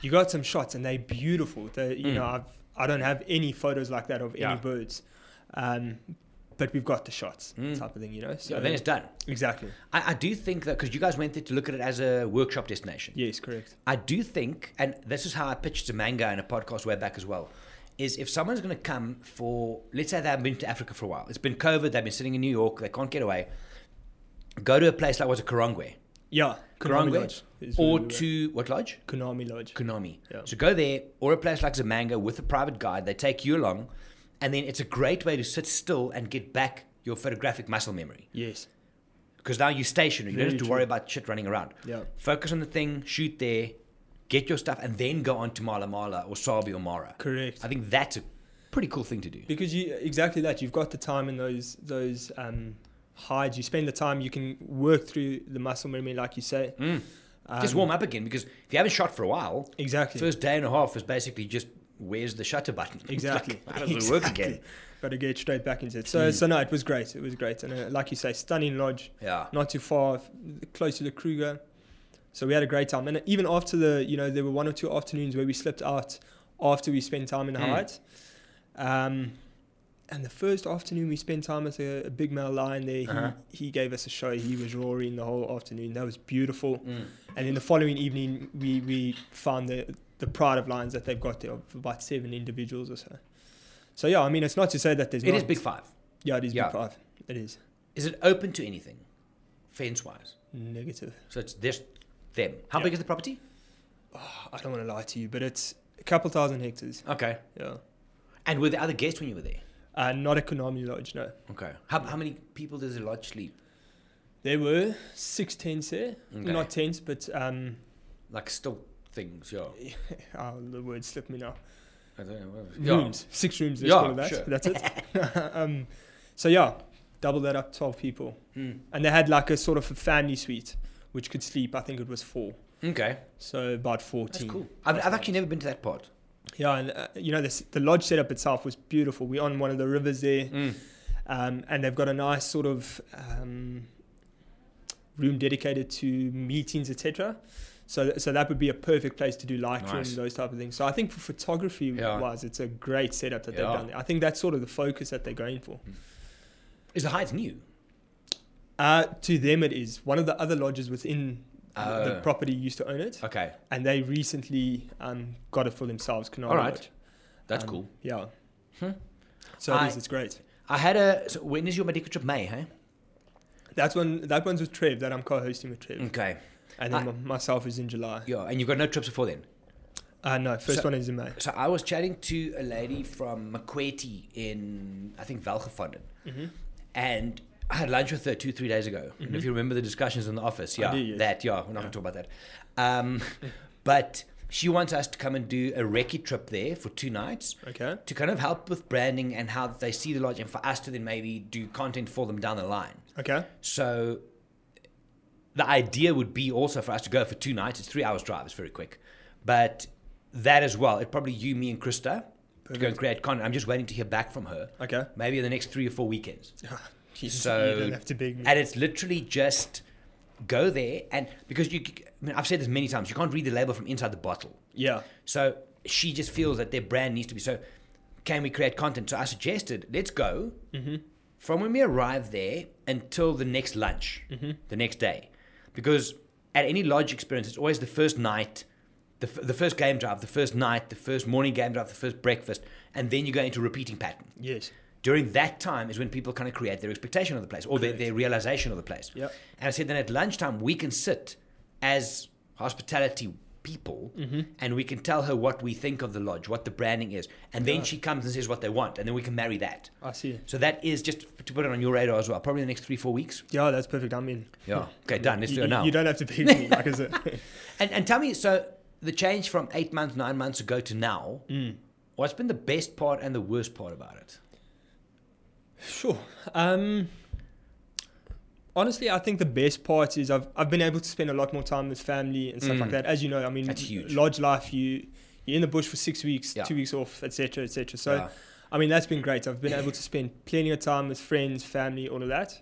Speaker 2: You got some shots, and they're beautiful. They, you know, I've, I don't have any photos like that of
Speaker 1: Mm. Yeah.
Speaker 2: any birds, um, but we've got the shots, type of thing. You know, so
Speaker 1: So Mm. then it's done.
Speaker 2: exactly.
Speaker 1: I, I do think that because you guys went there to look at it as a workshop destination.
Speaker 2: Yes, correct.
Speaker 1: I do think, and this is how I pitched to Manga in a podcast way back as well, is if someone's going to come for, let's say they haven't been to Africa for a while, it's been COVID, they've been sitting in New York, they can't get away, go to a place like was it Karongwe,
Speaker 2: Yeah, Konami
Speaker 1: Karongwe,
Speaker 2: Lodge is where
Speaker 1: or
Speaker 2: we were.
Speaker 1: to what lodge?
Speaker 2: Konami Lodge.
Speaker 1: Konami.
Speaker 2: Yeah.
Speaker 1: So go there or a place like Zamanga with a private guide. They take you along, and then it's a great way to sit still and get back your photographic muscle memory
Speaker 2: Yes,
Speaker 1: because now you're stationary. You don't
Speaker 2: Very
Speaker 1: have to
Speaker 2: true.
Speaker 1: worry about shit running around.
Speaker 2: Yeah.
Speaker 1: Focus on the thing, shoot there, get your stuff, and then go on to Mala Mala or Sabi or Mara.
Speaker 2: correct.
Speaker 1: I think that's a pretty cool thing to do.
Speaker 2: because you exactly that you've got the time in those those um, hides you spend the time you can work through the muscle memory like you say um,
Speaker 1: Just warm up again because if you haven't shot for a while,
Speaker 2: exactly
Speaker 1: first day and a half is basically just where's the shutter button? It's
Speaker 2: exactly
Speaker 1: like, how does it work again?
Speaker 2: got to get straight back into it so so no it was great it was great and uh, like you say stunning lodge
Speaker 1: Yeah.
Speaker 2: not too far f- close to the kruger so we had a great time and even after the you know there were one or two
Speaker 1: Hmm.
Speaker 2: afternoons where we slipped out after we spent time in the
Speaker 1: Mm.
Speaker 2: hides um, And the first afternoon we spent time with a, a big male lion there. He,
Speaker 1: Uh-huh.
Speaker 2: he gave us a show. He was roaring the whole afternoon. That was beautiful. And then the following evening we, we found the, the pride of lions that they've got there of about seven individuals or so. So yeah, I mean it's not to say that there's
Speaker 1: It
Speaker 2: not
Speaker 1: is Big Five.
Speaker 2: Yeah, it is
Speaker 1: yeah.
Speaker 2: big five. It is.
Speaker 1: Is it open to anything, fence wise?
Speaker 2: Negative.
Speaker 1: So it's just them. How
Speaker 2: Yeah.
Speaker 1: big is the property?
Speaker 2: I don't want to lie to you, but it's a couple thousand hectares.
Speaker 1: Okay.
Speaker 2: Yeah.
Speaker 1: And were there other guests when you were there?
Speaker 2: Uh, not a Konami lodge, no.
Speaker 1: Okay. How, how many people does a lodge sleep?
Speaker 2: There were six tents there.
Speaker 1: Okay.
Speaker 2: Not tents, but um,
Speaker 1: Like still things, yeah.
Speaker 2: oh, the word slipped me now.
Speaker 1: I don't know. what- Yeah.
Speaker 2: Rooms. Six rooms, let's
Speaker 1: Yeah,
Speaker 2: call it that.
Speaker 1: sure.
Speaker 2: That's it. um, so, yeah, double that up, 12 people.
Speaker 1: Mm.
Speaker 2: And they had like a sort of a family suite, which could sleep, I think it was four.
Speaker 1: Okay.
Speaker 2: So, about 14.
Speaker 1: That's cool. I've, I've actually never been to that part.
Speaker 2: Yeah, and uh, you know, this, the lodge setup itself was beautiful. We're on one of the rivers there.
Speaker 1: Mm.
Speaker 2: um, and they've got a nice sort of um, room dedicated to meetings, etc. So, so that would be a perfect place to do light room,
Speaker 1: Nice.
Speaker 2: those type of things. So I think for photography
Speaker 1: Yeah.
Speaker 2: wise, it's a great setup that
Speaker 1: Yeah.
Speaker 2: they've done. There. I think that's sort of the focus that they're going for.
Speaker 1: Is the height new?
Speaker 2: Uh, to them, it is one of the other lodges within the- the
Speaker 1: Oh.
Speaker 2: property used to own it,
Speaker 1: Okay.
Speaker 2: and they recently um, got it for themselves. Canara
Speaker 1: All right.
Speaker 2: Lodge.
Speaker 1: That's
Speaker 2: Um,
Speaker 1: cool.
Speaker 2: Yeah.
Speaker 1: Hmm.
Speaker 2: So it
Speaker 1: I-
Speaker 2: is. It's great.
Speaker 1: I had a. So when is your medical trip? May, hey?
Speaker 2: That's one. That one's with Trev. That I'm co-hosting with Trev,
Speaker 1: Okay.
Speaker 2: and then
Speaker 1: I-
Speaker 2: m- myself is in July.
Speaker 1: Yeah. And you've got no trips before then?
Speaker 2: Uh, no, first
Speaker 1: So-
Speaker 2: one is in May.
Speaker 1: So I was chatting to a lady from Makweti in, I think, Valgevonden. And I had lunch with her two, three days ago. And if you remember the discussions in the office,
Speaker 2: I
Speaker 1: yeah,
Speaker 2: do, yes.
Speaker 1: that, yeah, we're not going to talk about that. Um, but she wants us to come and do a recce trip there for two nights
Speaker 2: Okay.
Speaker 1: to kind of help with branding and how they see the lodge and for us to then maybe do content for them down the line.
Speaker 2: Okay.
Speaker 1: So the idea would be also for us to go for two nights. It's three hours drive. It's very quick, but that as well. It probably you, me, and Krista to go and
Speaker 2: Perfect.
Speaker 1: create content. I'm just waiting to hear back from her.
Speaker 2: Okay. Ah,
Speaker 1: Maybe in the next three or four weekends.
Speaker 2: You-
Speaker 1: So-
Speaker 2: you don't have to beg me.
Speaker 1: And it's literally just go there and because you, I mean, I've said this many times. You can't read the label from inside the bottle.
Speaker 2: Yeah.
Speaker 1: So she just feels that their brand needs to be so. Can we create content? So I suggested let's go from when we arrive there until the next lunch, the next day, because at any lodge experience, it's always the first night, the, f- the first game drive, the first night, the first morning game drive, the first breakfast, and then you go into repeating pattern.
Speaker 2: Yes.
Speaker 1: During that time is when people kind of create their expectation of the place or their, their realization of the place.
Speaker 2: Yep.
Speaker 1: And I said, then at lunchtime, we can sit as hospitality people
Speaker 2: Mm-hmm.
Speaker 1: and we can tell her what we think of the lodge, what the branding is. And then she comes and says what they want, and then we can marry that.
Speaker 2: I see.
Speaker 1: So that is just to put it on your radar as well, probably the next three, four weeks.
Speaker 2: Yeah, that's perfect. I'm in.
Speaker 1: Yeah. Okay, done. Let's
Speaker 2: you,
Speaker 1: do it
Speaker 2: you-
Speaker 1: now.
Speaker 2: You don't have to beg me, like I said.
Speaker 1: And, and tell me, so the change from eight months, nine months ago to now,
Speaker 2: Mm.
Speaker 1: what's been the best part and the worst part about it?
Speaker 2: Sure. Um, honestly, I think the best part is I've, I've been able to spend a lot more time with family and stuff
Speaker 1: Mm.
Speaker 2: like that. As you know, I mean,
Speaker 1: That's huge.
Speaker 2: lodge life, you, you're in the bush for six weeks,
Speaker 1: Yeah.
Speaker 2: two weeks off, etc., etc. So,
Speaker 1: Yeah.
Speaker 2: I mean, that's been great. I've been able to spend plenty of time with friends, family, all of that.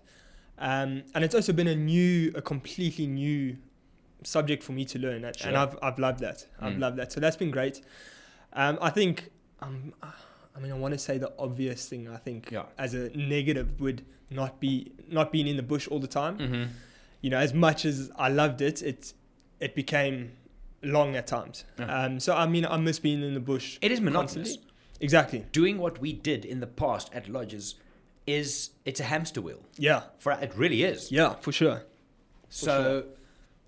Speaker 2: Um, and it's also been a new, a completely new subject for me to learn. And
Speaker 1: Sure.
Speaker 2: and I've, I've loved that. I've
Speaker 1: Mm.
Speaker 2: loved that. So that's been great. Um, I think, um, I mean, I want to say the obvious thing, I think,
Speaker 1: Yeah.
Speaker 2: as a negative would not be, not being in the bush all the time.
Speaker 1: Mm-hmm.
Speaker 2: You know, as much as I loved it, it, it became long at times.
Speaker 1: Yeah.
Speaker 2: Um, so, I mean, I miss being in the bush.
Speaker 1: It is monotonous.
Speaker 2: constantly. Exactly.
Speaker 1: Doing what we did in the past at lodges is it's a hamster wheel.
Speaker 2: Yeah.
Speaker 1: For it really is.
Speaker 2: Yeah, for sure.
Speaker 1: So,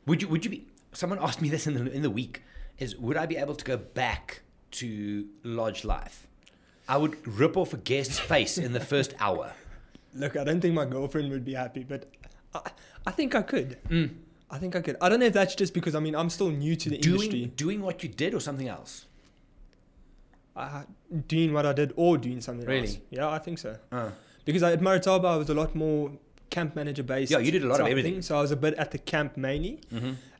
Speaker 1: would you would you be? Someone asked me this in the in the week. Is would I be able to go back to lodge life? I would rip off a guest's face in the first hour.
Speaker 2: Look, I don't think my girlfriend would be happy, but I, I think I could. I think I could. I don't know if that's just because I mean I'm still new to the
Speaker 1: Doing
Speaker 2: industry.
Speaker 1: doing what you did or something else.
Speaker 2: Uh, doing what I did or doing something
Speaker 1: Really?
Speaker 2: else. Yeah, I think so.
Speaker 1: Uh,
Speaker 2: Because I, at Maritaba, I was a lot more camp manager based.
Speaker 1: Yeah, you did a lot of
Speaker 2: type
Speaker 1: everything. Mm-hmm.
Speaker 2: thing, so I was a bit at the camp mainly.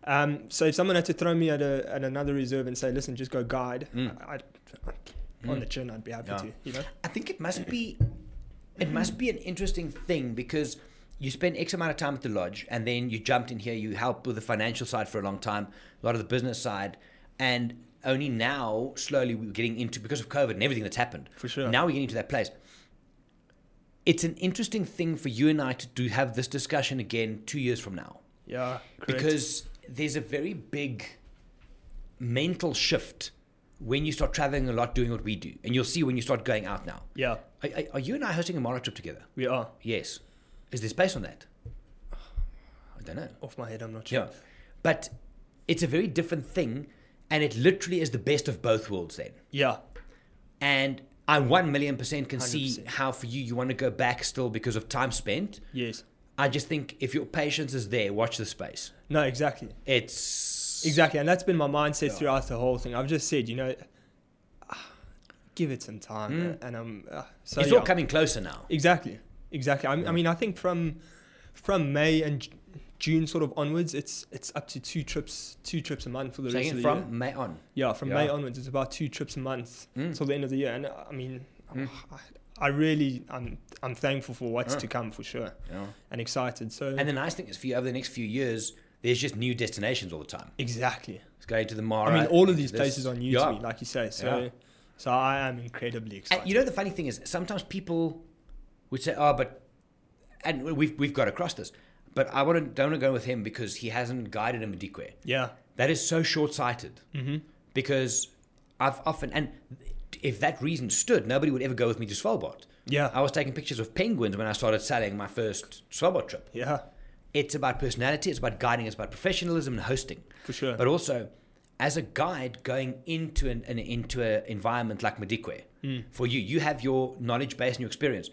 Speaker 2: Um, so if someone had to throw me at, a, at another reserve and say, "Listen, just go guide,"
Speaker 1: Mm.
Speaker 2: I, I'd, on the chin, I'd be happy
Speaker 1: Yeah.
Speaker 2: to. You know?
Speaker 1: I think it must be it must be an interesting thing because you spend X amount of time at the lodge and then you jumped in here, you helped with the financial side for a long time, a lot of the business side, and only now slowly we're getting into because of COVID and everything that's happened.
Speaker 2: For sure.
Speaker 1: Now we're getting to that place. it's an interesting thing for you and I to do have this discussion again two years from now
Speaker 2: Yeah, correct.
Speaker 1: because there's a very big mental shift when you start traveling a lot doing what we do, and you'll see when you start going out now.
Speaker 2: yeah,
Speaker 1: Are, are- are you and I hosting a Mara trip together?
Speaker 2: we are
Speaker 1: Yes. Is there space on that? I don't know.
Speaker 2: off my head. I'm not sure.
Speaker 1: Yeah. But it's a very different thing, and it literally is the best of both worlds then.
Speaker 2: Yeah,
Speaker 1: And I 1 million percent can see
Speaker 2: 100%.
Speaker 1: how for you, you want to go back still because of time spent.
Speaker 2: yes.
Speaker 1: I just think if your patience is there, watch the space.
Speaker 2: No, exactly.
Speaker 1: It's.
Speaker 2: Exactly, and that's been my mindset
Speaker 1: Yeah.
Speaker 2: throughout the whole thing. I've just said, you know, ah, give it some time, and I'm uh, so
Speaker 1: Hmm. it's
Speaker 2: yeah.
Speaker 1: all coming closer now.
Speaker 2: exactly, exactly. I, I mean, I think from from May and J- June sort of onwards, it's it's up to two trips, two trips a month for the rest of
Speaker 1: Taking
Speaker 2: the
Speaker 1: from
Speaker 2: year.
Speaker 1: May on.
Speaker 2: Yeah, from May
Speaker 1: Yeah.
Speaker 2: onwards, it's about two trips a month
Speaker 1: Mm.
Speaker 2: till the end of the year, and uh, I mean,
Speaker 1: Mm.
Speaker 2: I, I really, I'm I'm thankful for what's
Speaker 1: Yeah.
Speaker 2: to come for sure,
Speaker 1: Yeah.
Speaker 2: and excited. So
Speaker 1: And the nice thing is for you over the next few years, there's just new destinations all the time.
Speaker 2: exactly.
Speaker 1: It's going to the Mara.
Speaker 2: I mean, all of
Speaker 1: into
Speaker 2: these
Speaker 1: this.
Speaker 2: places are new
Speaker 1: Yeah.
Speaker 2: to me, like you say. So,
Speaker 1: Yeah.
Speaker 2: so I am incredibly excited.
Speaker 1: And you know, the funny thing is, sometimes people would say, "Oh, but," and we've we've got across this. But I want to don't want to go with him because he hasn't guided a Madikwe.
Speaker 2: yeah,
Speaker 1: That is so short-sighted
Speaker 2: hmm
Speaker 1: because I've often and if that reason stood, nobody would ever go with me to Svalbard.
Speaker 2: yeah,
Speaker 1: I was taking pictures of penguins when I started selling my first Svalbard trip.
Speaker 2: yeah,
Speaker 1: It's about personality, it's about guiding, it's about professionalism and hosting.
Speaker 2: for sure.
Speaker 1: But also, as a guide going into an, an into an environment like Madikwe,
Speaker 2: Hmm.
Speaker 1: for you, you have your knowledge base and your experience.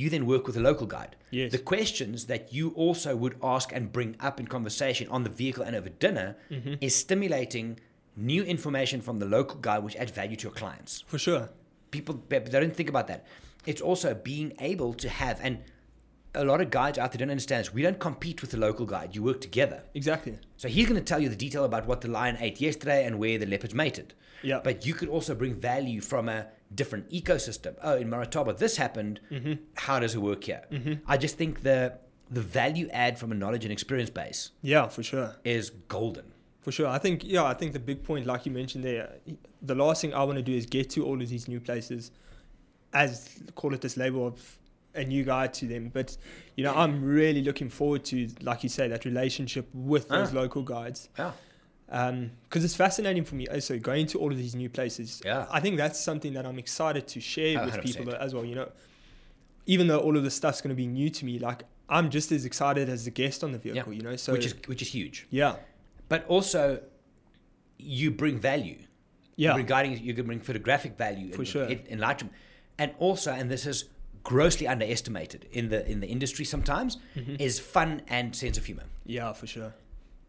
Speaker 1: You then work with a local guide.
Speaker 2: Yes.
Speaker 1: The questions that you also would ask and bring up in conversation on the vehicle and over dinner
Speaker 2: Mm-hmm.
Speaker 1: is stimulating new information from the local guide, which add value to your clients
Speaker 2: for sure.
Speaker 1: people they they don't think about that. It's also being able to have and a lot of guides out there don't understand this. We don't compete with the local guide. You work together.
Speaker 2: Exactly.
Speaker 1: So he's going to tell you the detail about what the lion ate yesterday and where the leopards mated.
Speaker 2: Yeah.
Speaker 1: But you could also bring value from a different ecosystem. Oh, in Marataba, this happened. How does it work here? I just think the the value add from a knowledge and experience base
Speaker 2: yeah, for sure.
Speaker 1: is golden.
Speaker 2: For sure. I think, yeah, I think the big point, like you mentioned there, the last thing I want to do is get to all of these new places as call it this label of a new guy to them. But, you know, I'm really looking forward to, like you say, that relationship with those
Speaker 1: Ah.
Speaker 2: local guides.
Speaker 1: Yeah.
Speaker 2: because Um, it's fascinating for me also going to all of these new places
Speaker 1: Yeah.
Speaker 2: i think that's something that i'm excited to share
Speaker 1: Oh,
Speaker 2: with
Speaker 1: 100%.
Speaker 2: people as well you know even though all of this stuff's going to be new to me like i'm just as excited as the guest on the vehicle you know so
Speaker 1: which is which is huge.
Speaker 2: yeah
Speaker 1: But also, you bring value.
Speaker 2: yeah
Speaker 1: regarding you can bring photographic value
Speaker 2: For
Speaker 1: and
Speaker 2: sure.
Speaker 1: en- enlightenment and also and this is grossly underestimated in the in the industry sometimes
Speaker 2: Mm-hmm.
Speaker 1: is fun and sense of humor
Speaker 2: yeah for sure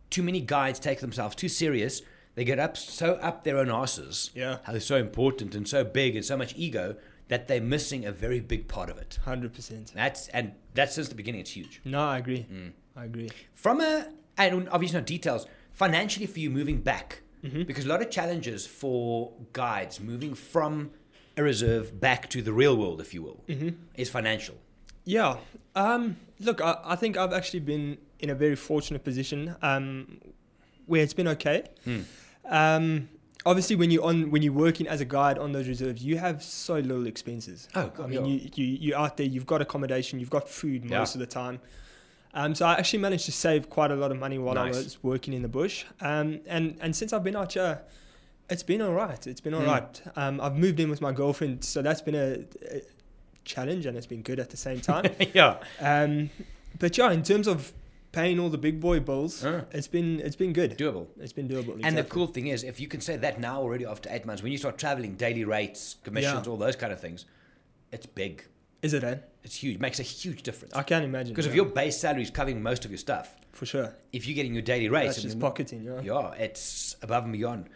Speaker 1: too many guides take themselves too serious they get up so up their own asses
Speaker 2: Yeah.
Speaker 1: how they're so important and so big and so much ego that they're missing a very big part of it
Speaker 2: 100%
Speaker 1: that's and that's since the beginning it's huge
Speaker 2: no i agree
Speaker 1: Mm.
Speaker 2: i agree
Speaker 1: from a and obviously not details financially for you moving back
Speaker 2: Mm-hmm.
Speaker 1: because a lot of challenges for guides moving from a reserve back to the real world if you will
Speaker 2: Mm-hmm.
Speaker 1: is financial
Speaker 2: Yeah. Um, look, I, I think I've actually been in a very fortunate position um, where it's been okay.
Speaker 1: Hmm.
Speaker 2: Um, obviously, when you're on when you're working as a guide on those reserves, you have so little expenses.
Speaker 1: Oh, God,
Speaker 2: I mean,
Speaker 1: yeah.
Speaker 2: you, you you're out there, you've got accommodation, you've got food
Speaker 1: Yeah.
Speaker 2: most of the time. Um, so I actually managed to save quite a lot of money while
Speaker 1: Nice.
Speaker 2: I was working in the bush. Um, and and since I've been out here. It's been all right. It's been all
Speaker 1: Mm.
Speaker 2: right. Um, I've moved in with my girlfriend, so that's been a, a challenge, and it's been good at the same time.
Speaker 1: yeah
Speaker 2: Um, but yeah, in terms of paying all the big boy bills,
Speaker 1: Uh.
Speaker 2: it's been it's been good.
Speaker 1: doable
Speaker 2: It's been doable.
Speaker 1: and the
Speaker 2: exactly.
Speaker 1: cool thing is if you can say that now already after eight months when you start traveling daily rates commissions
Speaker 2: Yeah.
Speaker 1: all those kind of things it's big
Speaker 2: is it? Eh?
Speaker 1: it's huge makes a huge difference
Speaker 2: I can imagine.
Speaker 1: because if
Speaker 2: yeah,
Speaker 1: your base salary is covering most of your stuff
Speaker 2: for sure,
Speaker 1: if you're getting your daily rates
Speaker 2: that's
Speaker 1: I mean,
Speaker 2: just pocketing. Yeah.
Speaker 1: Yeah, it's above and beyond.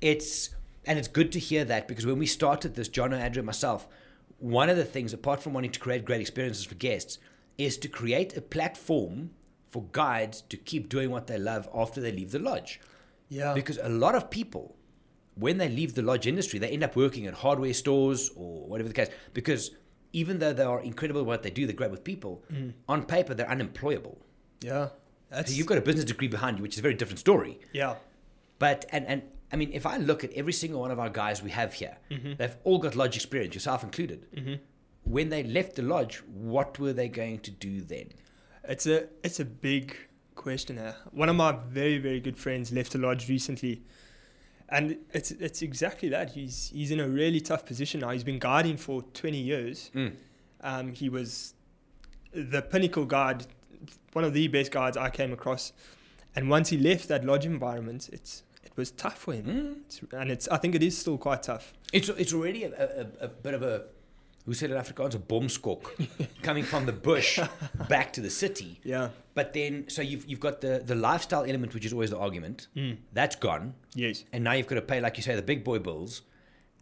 Speaker 1: It's and it's good to hear that because when we started this, John, Andrew, and myself, one of the things apart from wanting to create great experiences for guests is to create a platform for guides to keep doing what they love after they leave the lodge.
Speaker 2: Yeah.
Speaker 1: Because a lot of people, when they leave the lodge industry, they end up working at hardware stores or whatever the case. Because even though they are incredible at what they do, they're great with people. On paper, they're unemployable.
Speaker 2: yeah. That's
Speaker 1: So you've got a business degree behind you, which is a very different story.
Speaker 2: yeah.
Speaker 1: But and and I mean, if I look at every single one of our guys we have here, they've all got lodge experience, yourself included. when they left the lodge, what were they going to do then?
Speaker 2: It's a it's a big question. Here. One of my very very good friends left the lodge recently, and it's it's exactly that. He's he's in a really tough position now. He's been guiding for twenty years.
Speaker 1: Mm.
Speaker 2: Um, he was the pinnacle guide, one of the best guides I came across. And once he left that lodge environment, it's it was tough for him,
Speaker 1: Mm.
Speaker 2: it's, and it's I think it is still quite tough.
Speaker 1: It's it's already a, a, a, a bit of a who said it in Afrikaans a bomskok coming from the bush back to the city.
Speaker 2: Yeah.
Speaker 1: But then so you've you've got the the lifestyle element which is always the argument. That's gone.
Speaker 2: Mm, Yes.
Speaker 1: And now you've got to pay like you say the big boy bills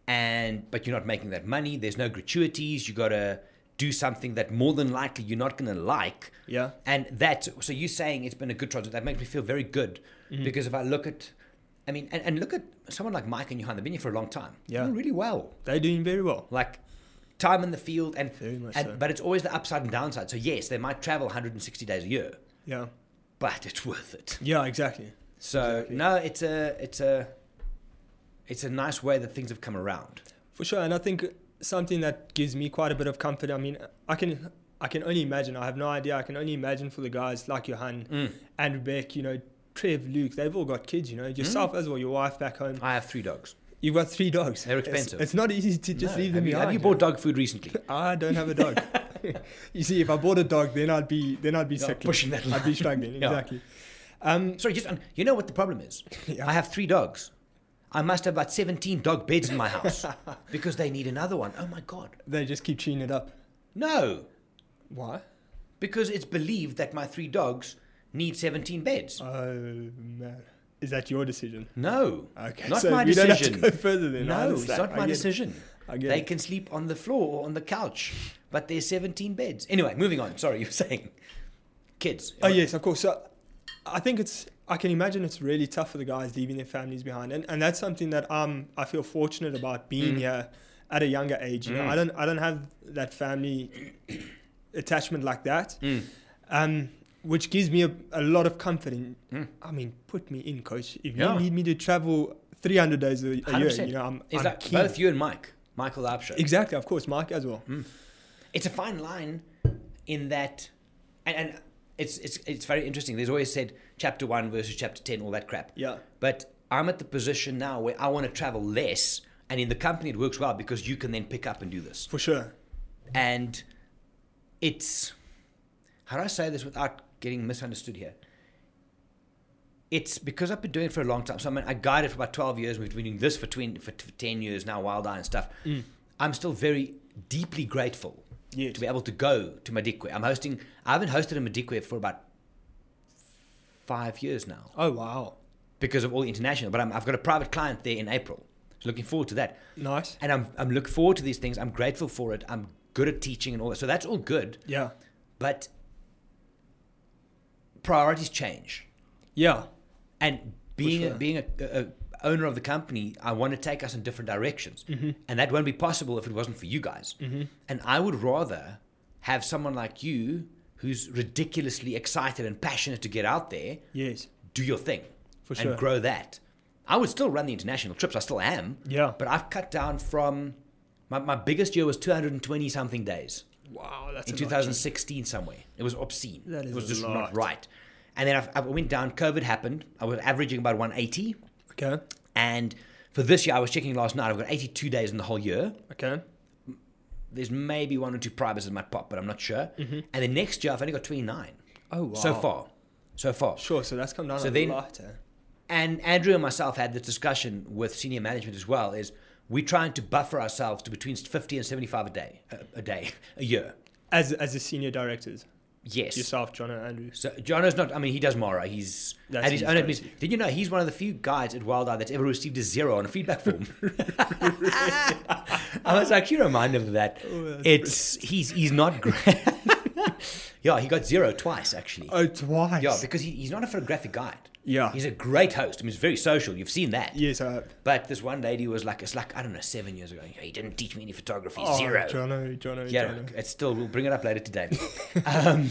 Speaker 1: and but you're not making that money. There's no gratuities. You got to do something that more than likely you're not going to like.
Speaker 2: Yeah.
Speaker 1: And that, so you saying it's been a good transit, that makes me feel very good because if I look at, I mean, and, and look at someone like Mike and Johan, they've been here for a long time.
Speaker 2: Yeah.
Speaker 1: Doing really well.
Speaker 2: They're doing very well.
Speaker 1: Like time in the field and,
Speaker 2: Very much
Speaker 1: and
Speaker 2: so.
Speaker 1: but it's always the upside and downside. So yes, they might travel 160 days a year,
Speaker 2: Yeah.
Speaker 1: but it's worth it.
Speaker 2: Yeah. Exactly.
Speaker 1: So
Speaker 2: Exactly.
Speaker 1: no, it's a it's a it's a nice way that things have come around.
Speaker 2: For sure, and I think something that gives me quite a bit of comfort. I mean, I can I can only imagine. I have no idea. I can only imagine for the guys like Johan,
Speaker 1: Mm.
Speaker 2: Andrew Beck, you know, Trev, Luke. They've all got kids. You know, yourself as well. Your wife back home.
Speaker 1: I have three dogs.
Speaker 2: You've got three dogs.
Speaker 1: They're
Speaker 2: It's-
Speaker 1: expensive.
Speaker 2: It's, not easy to just
Speaker 1: No.
Speaker 2: leave them
Speaker 1: have you,
Speaker 2: behind.
Speaker 1: have you
Speaker 2: know.
Speaker 1: bought dog food recently?
Speaker 2: I don't have a dog. you see, if I bought a dog, then I'd be then I'd be
Speaker 1: You're
Speaker 2: sick.
Speaker 1: pushing that
Speaker 2: I'd
Speaker 1: line.
Speaker 2: be struggling
Speaker 1: Yeah.
Speaker 2: exactly. Um,
Speaker 1: Sorry, just on, you know what the problem is?
Speaker 2: Yeah.
Speaker 1: I have three dogs. I must have about 17 dog beds in my house because they need another one. Oh my God.
Speaker 2: they just keep chewing it up.
Speaker 1: No,
Speaker 2: Why?
Speaker 1: because it's believed that my three dogs need 17 beds.
Speaker 2: Oh man, is that your decision?
Speaker 1: No,
Speaker 2: Okay,
Speaker 1: not
Speaker 2: so
Speaker 1: my
Speaker 2: we
Speaker 1: decision.
Speaker 2: don't have to go further then. I
Speaker 1: no, it's
Speaker 2: understand.
Speaker 1: not
Speaker 2: I
Speaker 1: my
Speaker 2: get it.
Speaker 1: decision.
Speaker 2: I get
Speaker 1: They
Speaker 2: it.
Speaker 1: can sleep on the floor or on the couch, but there's 17 beds. Anyway, moving on. Sorry, you were saying kids.
Speaker 2: Oh yes, of course. So I think it's. I can imagine it's really tough for the guys leaving their families behind, and, and that's something that um I feel fortunate about being here at a younger age. You know, I don't I don't have that family attachment like that,
Speaker 1: Mm.
Speaker 2: um, which gives me a, a lot of comfort. In I mean, put me in, coach. If
Speaker 1: Yeah.
Speaker 2: you need me to travel 300 days a, a year,
Speaker 1: 100%.
Speaker 2: you know, I'm,
Speaker 1: It's
Speaker 2: I'm
Speaker 1: like
Speaker 2: keen.
Speaker 1: both you and Mike, Michael Upshaw.
Speaker 2: Exactly, of course, Mike as well.
Speaker 1: it's a fine line in that and, and it's it's it's very interesting there's always said chapter 1 versus chapter 10 all that crap
Speaker 2: Yeah.
Speaker 1: but i'm at the position now where i want to travel less and in the company it works well because you can then pick up and do this
Speaker 2: For sure.
Speaker 1: and it's how do i say this without getting misunderstood here it's because I've been doing it for a long time. So I mean, I guided for about 12 years. We've been doing this for 20, for, for 10 years now, Wild Eye and stuff. I'm still very deeply grateful
Speaker 2: Yes.
Speaker 1: to be able to go to Madikwe. I'm hosting, I haven't hosted a Madikwe for about five years now
Speaker 2: Oh wow,
Speaker 1: because of all the international, but I'm, I've got a private client there in April. So looking forward to that.
Speaker 2: nice.
Speaker 1: And I'm, I'm looking forward to these things. I'm grateful for it. I'm good at teaching and all that. So that's all good,
Speaker 2: Yeah,
Speaker 1: but priorities change.
Speaker 2: yeah.
Speaker 1: and being
Speaker 2: sure.
Speaker 1: a, being a, a, a owner of the company, I want to take us in different directions,
Speaker 2: Mm-hmm.
Speaker 1: and that won't be possible if it wasn't for you guys. And I would rather have someone like you, who's ridiculously excited and passionate to get out there,
Speaker 2: Yes.
Speaker 1: do your thing,
Speaker 2: For
Speaker 1: and
Speaker 2: sure.
Speaker 1: grow that. I would still run the international trips. I still am.
Speaker 2: Yeah.
Speaker 1: But I've cut down from my, my biggest year was 220 something days
Speaker 2: Wow, that's
Speaker 1: in
Speaker 2: a lot.
Speaker 1: 2016 somewhere. It was obscene.
Speaker 2: That
Speaker 1: it
Speaker 2: is
Speaker 1: was
Speaker 2: a
Speaker 1: just not
Speaker 2: lot.
Speaker 1: right. And then I, I went down. COVID happened. I was averaging about 180.
Speaker 2: Okay.
Speaker 1: And for this year, I was checking last night. I've got 82 days in the whole year.
Speaker 2: Okay.
Speaker 1: There's maybe one or two privates that might pop, but I'm not sure. And the next year, I've only got 29
Speaker 2: Mm-hmm. Oh wow.
Speaker 1: so far. So far.
Speaker 2: Sure. So that's come down
Speaker 1: So
Speaker 2: a
Speaker 1: then-
Speaker 2: lot. eh?
Speaker 1: And Andrew and myself had this discussion with senior management as well. Is we're trying to buffer ourselves to between 50 and 75 a day, a, a day, a year.
Speaker 2: As as the senior directors
Speaker 1: Yes.
Speaker 2: yourself, John and Andrew.
Speaker 1: So Jono's not. I mean, he does Mara. He's
Speaker 2: That's
Speaker 1: at his
Speaker 2: his
Speaker 1: own
Speaker 2: crazy.
Speaker 1: admission. Did you know he's one of the few guys at Wild Eye that's ever received a zero on a feedback form? I was like, you remind him of that.
Speaker 2: Oh, that's
Speaker 1: it's he's he's not great. yeah, he got zero twice actually.
Speaker 2: Oh, twice.
Speaker 1: Yeah, because he, he's not a photographic guide.
Speaker 2: Yeah.
Speaker 1: he's a great host. I mean, he's very social. You've seen that.
Speaker 2: yes. uh, I,
Speaker 1: But this one lady was like, it's like I don't know, seven years ago. He didn't teach me any photography. zero.
Speaker 2: oh, Jono, Jono,
Speaker 1: Yeah,
Speaker 2: Jono.
Speaker 1: it's still. We'll bring it up later today. um,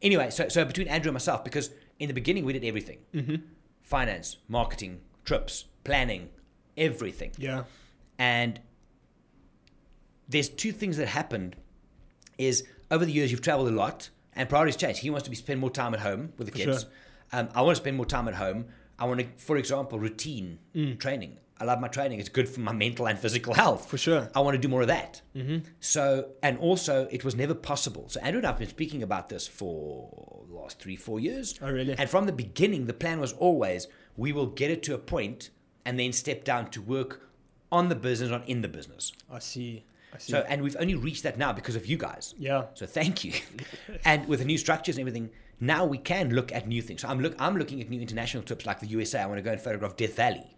Speaker 1: anyway, so so between Andrew and myself, because in the beginning we did everything: finance, marketing, trips, planning, everything.
Speaker 2: Yeah.
Speaker 1: And there's two things that happened is over the years you've traveled a lot and priorities change. He wants to be spend more time at home with the kids.
Speaker 2: sure.
Speaker 1: Um, I want to spend more time at home. I want to, for example, routine training. I love my training. It's good for my mental and physical health.
Speaker 2: Mm. For sure.
Speaker 1: I want to do more of that. Mm-hmm. So, and also, it was never possible. So, Andrew and I have been speaking about this for the last three, four years.
Speaker 2: Oh, really?
Speaker 1: And from the beginning, the plan was always we will get it to a point and then step down to work on the business, not in the business.
Speaker 2: I see. I see.
Speaker 1: So, and we've only reached that now because of you guys.
Speaker 2: yeah.
Speaker 1: So thank you. and with the new structures and everything, now we can look at new things. So I'm look I'm looking at new international trips like the USA. I want to go and photograph Death Valley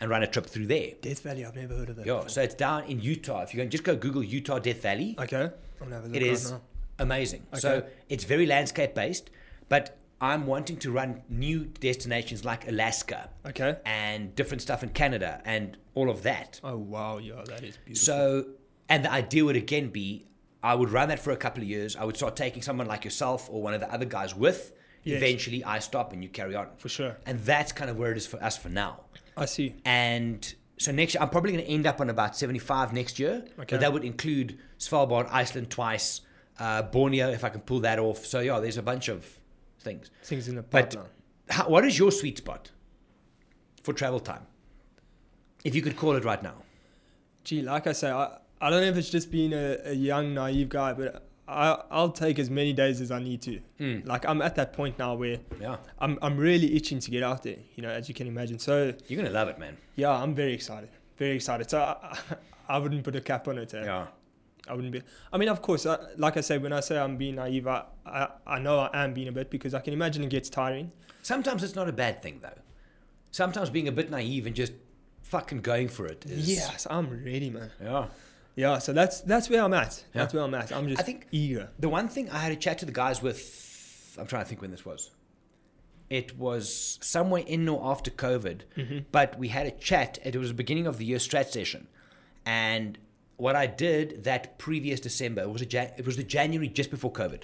Speaker 1: and run a trip through there.
Speaker 2: Death Valley, I've never heard of that.
Speaker 1: Yeah. So it's down in Utah. If you can just go Google Utah Death Valley,
Speaker 2: Okay. I'm gonna have a look
Speaker 1: it
Speaker 2: right
Speaker 1: is
Speaker 2: now.
Speaker 1: amazing. So
Speaker 2: Okay.
Speaker 1: it's very landscape based, but I'm wanting to run new destinations like Alaska
Speaker 2: Okay.
Speaker 1: and different stuff in Canada and all of that.
Speaker 2: Oh wow, yeah, that is beautiful.
Speaker 1: So, and the idea would again be I would run that for a couple of years. I would start taking someone like yourself or one of the other guys with.
Speaker 2: Yes.
Speaker 1: Eventually, I stop and you carry on.
Speaker 2: for sure.
Speaker 1: And that's kind of where it is for us for now.
Speaker 2: I see.
Speaker 1: And so next year, I'm probably going to end up on about 75 next year.
Speaker 2: Okay.
Speaker 1: But that would include Svalbard, Iceland twice, uh, Borneo, if I can pull that off. So, yeah, there's a bunch of things.
Speaker 2: Things in the
Speaker 1: But
Speaker 2: pipeline.
Speaker 1: how, what is your sweet spot for travel time? If you could call it right now.
Speaker 2: Gee, like I say, I, I don't know if it's just being a, a young, naive guy, but I, I'll take as many days as I need to.
Speaker 1: Hmm.
Speaker 2: Like, I'm at that point now where
Speaker 1: Yeah.
Speaker 2: I'm, I'm really itching to get out there, you know, as you can imagine. So,
Speaker 1: You're going to love it, man.
Speaker 2: yeah, I'm very excited. Very excited. So, I, I wouldn't put a cap on it. eh?
Speaker 1: Yeah.
Speaker 2: I wouldn't be. I mean, of course, I, like I say, when I say I'm being naive, I, I, I know I am being a bit because I can imagine it gets tiring.
Speaker 1: Sometimes it's not a bad thing though. Sometimes being a bit naive and just fucking going for it is
Speaker 2: Yes, I'm ready, man.
Speaker 1: Yeah.
Speaker 2: Yeah, so that's that's where I'm at. That's
Speaker 1: Yeah.
Speaker 2: where I'm at. I'm just
Speaker 1: I think-
Speaker 2: eager.
Speaker 1: The one thing I had a chat to the guys with I'm trying to think when this was. It was somewhere in or after COVID,
Speaker 2: Mm-hmm.
Speaker 1: but we had a chat. It was the beginning of the year strat session, and what I did that previous December it was a Jan- it was the January just before COVID,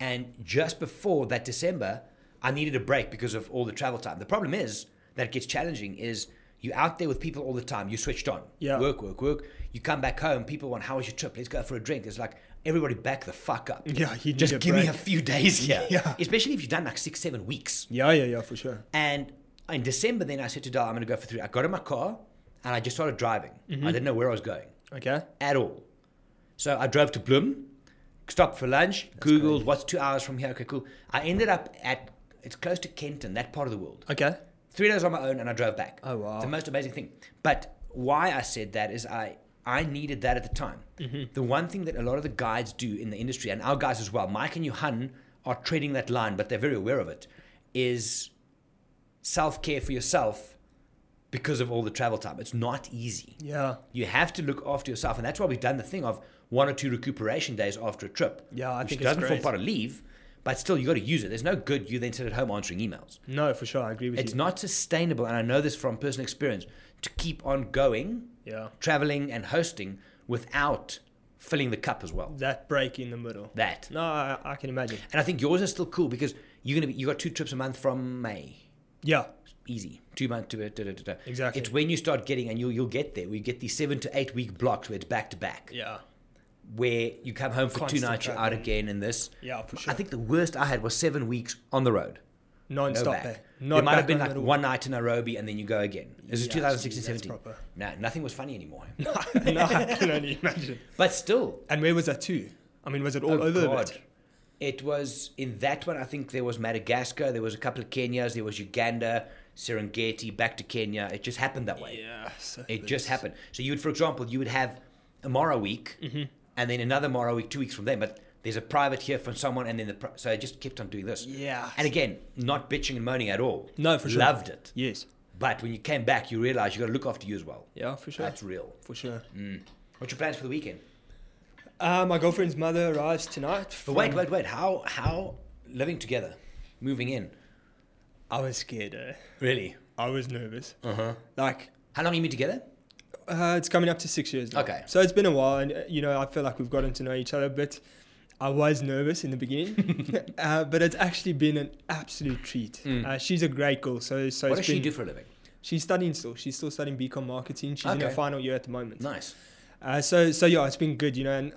Speaker 1: and just before that December, I needed a break because of all the travel time. The problem is that it gets challenging is you're out there with people all the time. You switched on.
Speaker 2: Yeah.
Speaker 1: Work, work, work. You come back home. People want, how was your trip? Let's go for a drink. It's like everybody back the fuck up.
Speaker 2: Yeah, you need
Speaker 1: just
Speaker 2: a
Speaker 1: give me
Speaker 2: break.
Speaker 1: a few days here.
Speaker 2: Yeah.
Speaker 1: Especially if you've done like six, seven weeks.
Speaker 2: Yeah, yeah, yeah, for sure.
Speaker 1: And in December, then I said to Dal, I'm going to go for three. I got in my car and I just started driving.
Speaker 2: Mm-hmm.
Speaker 1: I didn't know where I was going
Speaker 2: Okay.
Speaker 1: at all. So I drove to Bloom, stopped for lunch, Googled what's two hours from here. Okay, cool. I ended up at, it's close to Kenton, that part of the world.
Speaker 2: Okay.
Speaker 1: Three days on my own and I drove back.
Speaker 2: Oh, wow.
Speaker 1: It's the most amazing thing. But why I said that is I, I needed that at the time.
Speaker 2: Mm-hmm.
Speaker 1: The one thing that a lot of the guides do in the industry, and our guys as well, Mike and Johan are treading that line, but they're very aware of it, is self care for yourself because of all the travel time. It's not easy.
Speaker 2: Yeah.
Speaker 1: You have to look after yourself, and that's why we've done the thing of one or two recuperation days after a trip.
Speaker 2: Yeah, I
Speaker 1: which
Speaker 2: think it's
Speaker 1: doesn't form
Speaker 2: great.
Speaker 1: part of leave, but still you got to use it. There's no good you then sit at home answering emails.
Speaker 2: No, for sure. I agree with
Speaker 1: It's
Speaker 2: you.
Speaker 1: not sustainable, and I know this from personal experience. To keep on going,
Speaker 2: yeah.
Speaker 1: traveling and hosting without filling the cup as well.
Speaker 2: That break in the middle.
Speaker 1: That,
Speaker 2: No, I, I can imagine.
Speaker 1: and I think yours is still cool because you're gonna be you got two trips a month from May.
Speaker 2: Yeah.
Speaker 1: Easy, two months to da, da, da, da.
Speaker 2: Exactly.
Speaker 1: It's when you start getting, and you'll you'll get there. We get these seven to eight week blocks where it's back to back.
Speaker 2: Yeah.
Speaker 1: where you come home for
Speaker 2: Constant
Speaker 1: two nights, you're out again, and this.
Speaker 2: Yeah, for sure.
Speaker 1: I think the worst I had was seven weeks on the road.
Speaker 2: Non
Speaker 1: No
Speaker 2: stop.
Speaker 1: back.
Speaker 2: Not
Speaker 1: there might have
Speaker 2: back
Speaker 1: been
Speaker 2: on
Speaker 1: like
Speaker 2: the
Speaker 1: one night in Nairobi and then you go again. This is
Speaker 2: Yeah,
Speaker 1: 2016,
Speaker 2: gee, that's
Speaker 1: 17.
Speaker 2: proper.
Speaker 1: No, nothing was funny anymore.
Speaker 2: wall. no, I can only imagine.
Speaker 1: but still,
Speaker 2: And where was that too? I mean, was it all
Speaker 1: oh
Speaker 2: over
Speaker 1: God.
Speaker 2: the bit?
Speaker 1: It was in that one, I think there was Madagascar, there was a couple of Kenyas, there was Uganda, Serengeti, back to Kenya. It just happened that way.
Speaker 2: Yeah. So
Speaker 1: It just happened. So you would, for example, you would have a Mara week,
Speaker 2: Mm-hmm.
Speaker 1: and then another Mara week two weeks from them. But there's a private here from someone, and then the pri- so I just kept on doing this.
Speaker 2: Yeah.
Speaker 1: And again, not bitching and moaning at all.
Speaker 2: No, for sure.
Speaker 1: Loved it.
Speaker 2: Yes.
Speaker 1: But when you came back, you realized you got to look after you as well.
Speaker 2: Yeah, for sure.
Speaker 1: That's real.
Speaker 2: for sure.
Speaker 1: What's your plans for the weekend?
Speaker 2: Uh, my girlfriend's mother arrives tonight.
Speaker 1: But wait, wait, wait. How how living together, moving in?
Speaker 2: I was scared. Eh?
Speaker 1: Really?
Speaker 2: I was nervous. Uh
Speaker 1: Uh-huh.
Speaker 2: huh. Like,
Speaker 1: How long you been together?
Speaker 2: uh, it's coming up to six years now.
Speaker 1: Okay.
Speaker 2: So it's been a while, and uh, you know, I feel like we've gotten to know each other, but I was nervous in the beginning. uh, but it's actually been an absolute treat. Uh, she's a great girl. So, so
Speaker 1: Mm. What
Speaker 2: it's
Speaker 1: does she
Speaker 2: been-
Speaker 1: do for a living?
Speaker 2: She's studying still. She's still studying BCom marketing. She's in her
Speaker 1: Okay.
Speaker 2: final year at the moment.
Speaker 1: Nice.
Speaker 2: Uh, so so yeah, it's been good, you know, and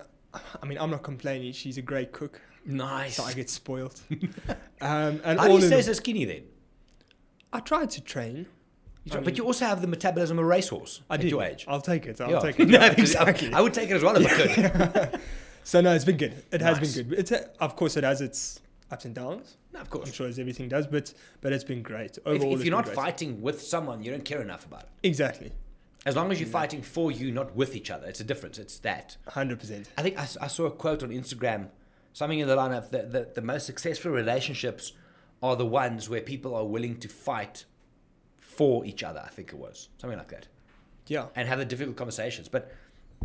Speaker 2: I mean, I'm not complaining. She's a great cook,
Speaker 1: Nice.
Speaker 2: so I get spoiled. um, and
Speaker 1: How do
Speaker 2: all
Speaker 1: you
Speaker 2: in
Speaker 1: stay so
Speaker 2: the-
Speaker 1: skinny then?
Speaker 2: I tried to train.
Speaker 1: You
Speaker 2: I
Speaker 1: try-
Speaker 2: mean-
Speaker 1: but you also have the metabolism of a racehorse
Speaker 2: I
Speaker 1: at
Speaker 2: do.
Speaker 1: your age.
Speaker 2: I'll take it. I'll
Speaker 1: Yeah.
Speaker 2: take it.
Speaker 1: No,
Speaker 2: Yeah,
Speaker 1: exactly. I would take it as well if I could.
Speaker 2: So no, it's been good. It has
Speaker 1: Nice.
Speaker 2: been good. It's a, of course it has its ups and downs.
Speaker 1: No, of
Speaker 2: I'm
Speaker 1: course.
Speaker 2: sure as everything does, but but it's been great
Speaker 1: If, if
Speaker 2: overall. it's
Speaker 1: you're
Speaker 2: been
Speaker 1: not
Speaker 2: great.
Speaker 1: fighting with someone, you don't care enough about it.
Speaker 2: exactly,
Speaker 1: As long as you're fighting for you, not with each other, it's a difference. It's that.
Speaker 2: hundred percent.
Speaker 1: I think I, s- I saw a quote on Instagram, something in the line of the, the, the most successful relationships are the ones where people are willing to fight for each other, I think it was. Something like that.
Speaker 2: Yeah,
Speaker 1: And have the difficult conversations. But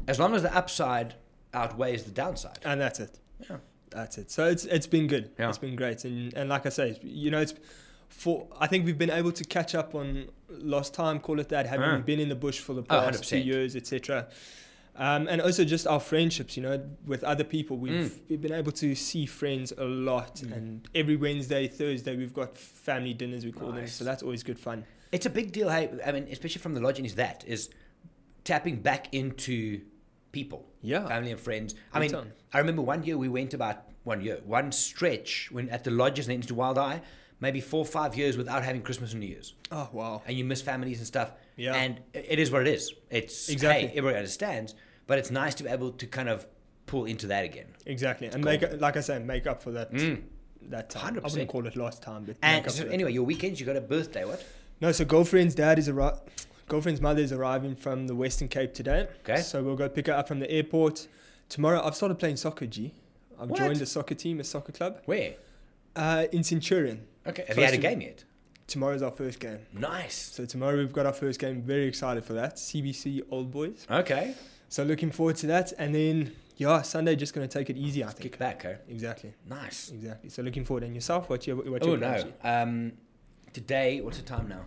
Speaker 1: as long as the upside outweighs the downside.
Speaker 2: and that's it.
Speaker 1: Yeah.
Speaker 2: That's it. So it's it's been good.
Speaker 1: Yeah.
Speaker 2: It's been great, and and like I say, you know, it's for I think we've been able to catch up on lost time. Call it that. Having
Speaker 1: Yeah.
Speaker 2: been in the bush for the
Speaker 1: Oh,
Speaker 2: past few
Speaker 1: 100%.
Speaker 2: years, etc. Um, and also just our friendships, you know, with other people. We've,
Speaker 1: Mm.
Speaker 2: we've been able to see friends a lot, and every Wednesday, Thursday, we've got family dinners. We call them,
Speaker 1: Nice.
Speaker 2: so that's always good fun.
Speaker 1: It's a big deal, hey, I mean, especially from the lodging is that, is tapping back into people.
Speaker 2: Yeah.
Speaker 1: Family and friends. I
Speaker 2: Big
Speaker 1: mean,
Speaker 2: time.
Speaker 1: I remember one year we went about one year, one stretch when at the lodges and then into Wild Eye, maybe four or five years without having Christmas and New Year's.
Speaker 2: Oh wow!
Speaker 1: and you miss families and stuff.
Speaker 2: Yeah.
Speaker 1: And i- it is what it is. It's
Speaker 2: Exactly.
Speaker 1: hey, everybody understands, but it's nice to be able to kind of pull into that again.
Speaker 2: Exactly, and make like I say, make up for that
Speaker 1: Mm.
Speaker 2: that time. I
Speaker 1: 100%.
Speaker 2: wouldn't call it lost time, but make
Speaker 1: And
Speaker 2: up
Speaker 1: so
Speaker 2: for that.
Speaker 1: anyway, your weekends, you got a birthday, what?
Speaker 2: No, so girlfriend's dad is arriving. Girlfriend's mother is arriving from the Western Cape today.
Speaker 1: Okay.
Speaker 2: So we'll go pick her up from the airport tomorrow. I've started playing soccer. G. I've
Speaker 1: What?
Speaker 2: joined a soccer team, a soccer club,
Speaker 1: Where?
Speaker 2: uh, in Centurion.
Speaker 1: Okay. Have you had a
Speaker 2: Close to-
Speaker 1: game yet?
Speaker 2: Tomorrow's our first game.
Speaker 1: Nice.
Speaker 2: So tomorrow we've got our first game. Very excited for that. CBC Old Boys.
Speaker 1: Okay.
Speaker 2: So looking forward to that. And then yeah, Sunday just gonna take it easy. I think.
Speaker 1: Kick back, huh?
Speaker 2: Exactly.
Speaker 1: Nice.
Speaker 2: Exactly. So looking forward. And yourself, what you what you
Speaker 1: Oh
Speaker 2: been up
Speaker 1: no. Um, today, what's the time now?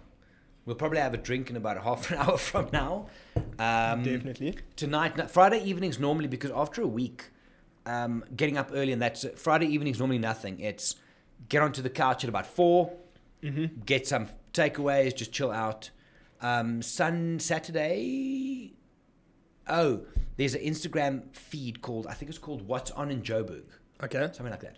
Speaker 1: We'll probably have a drink in about half an hour from now.
Speaker 2: to?
Speaker 1: Um,
Speaker 2: Definitely.
Speaker 1: tonight no- friday evenings normally because after a week um, getting up early and that's friday evenings normally nothing it's get onto the couch at about 4
Speaker 2: Mm-hmm.
Speaker 1: get some takeaways just chill out um, sun saturday oh there's an instagram feed called i think it's called what's on in joburg
Speaker 2: Okay.
Speaker 1: something like that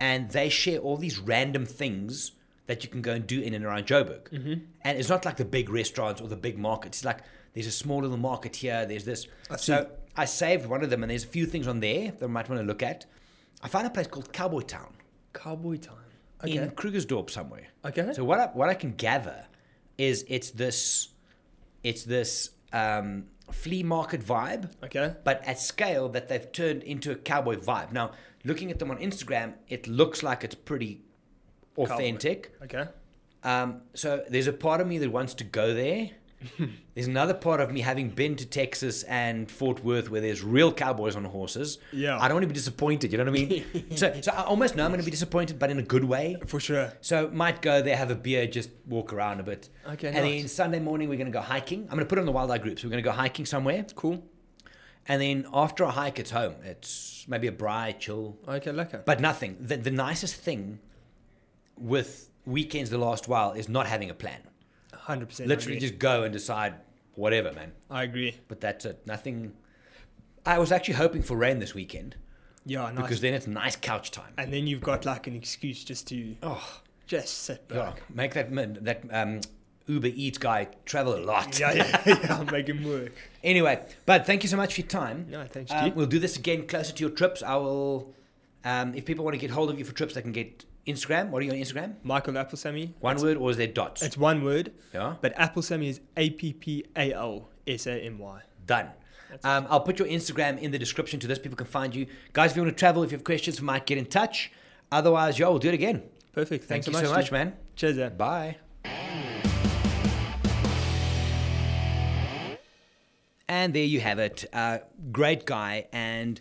Speaker 1: and they share all these random things that you can go and do in and around Joburg.
Speaker 2: Mm-hmm.
Speaker 1: And it's not like the big restaurants or the big markets. It's like there's a small little market here, there's this.
Speaker 2: I see.
Speaker 1: so I saved one of them, and there's a few things on there that I might want to look at. I found a place called Cowboy Town
Speaker 2: Cowboy time. Okay.
Speaker 1: in Krugersdorp somewhere.
Speaker 2: okay.
Speaker 1: So what I, what I can gather is it's this, it's this um, flea market vibe
Speaker 2: okay.
Speaker 1: but at scale that they've turned into a cowboy vibe. Now, looking at them on Instagram, it looks like it's pretty authentic.
Speaker 2: Okay.
Speaker 1: Um, so there's a part of me that wants to go there. there's another part of me having been to Texas and Fort Worth where there's real cowboys on horses.
Speaker 2: Yeah.
Speaker 1: I don't want to be disappointed, you know what I mean? so, so I almost know I'm going to be disappointed, but in a good way.
Speaker 2: For sure.
Speaker 1: So might go there, have a beer, just walk around a bit.
Speaker 2: Okay,
Speaker 1: And
Speaker 2: nice.
Speaker 1: then Sunday morning we're going to go hiking. I'm going to put it on the Wild Eye group. So we're going to go hiking somewhere.
Speaker 2: Cool.
Speaker 1: And then after a hike, it's home. It's maybe a braai, chill,
Speaker 2: Okay, lekker.
Speaker 1: but nothing. The, the nicest thing with weekends the last while is not having a plan.
Speaker 2: 100%.
Speaker 1: Literally
Speaker 2: I agree.
Speaker 1: just go and decide whatever, man.
Speaker 2: I agree.
Speaker 1: But that's it. Nothing. I was actually hoping for rain this weekend
Speaker 2: Yeah, nice.
Speaker 1: because then it's nice couch time.
Speaker 2: and then you've got like an excuse just to
Speaker 1: Oh,
Speaker 2: just sit
Speaker 1: yeah.
Speaker 2: back.
Speaker 1: Make that min- that um, Uber Eats guy travel a lot.
Speaker 2: Yeah, yeah, yeah. Make him work.
Speaker 1: Anyway, but thank you so much for your time.
Speaker 2: No, thanks,
Speaker 1: Um,
Speaker 2: G.
Speaker 1: we'll do this again closer to your trips. I will. Um, if people want to get hold of you for trips, they can get Instagram. What are you on Instagram?
Speaker 2: Michael Applesamy.
Speaker 1: One word or is there dots?
Speaker 2: It's one word,
Speaker 1: yeah.
Speaker 2: but Applesamy is A P P A L S A M Y.
Speaker 1: Done. Um, I'll put your Instagram in the description to this. People can find you. Guys, if you want to travel, if you have questions for Mike, get in touch. Otherwise, yo, we'll do it again.
Speaker 2: Perfect. Thanks
Speaker 1: Thank you
Speaker 2: so much.
Speaker 1: so much,
Speaker 2: G.
Speaker 1: man.
Speaker 2: Cheers, eh?
Speaker 1: Bye. And there you have it. Uh, great guy. And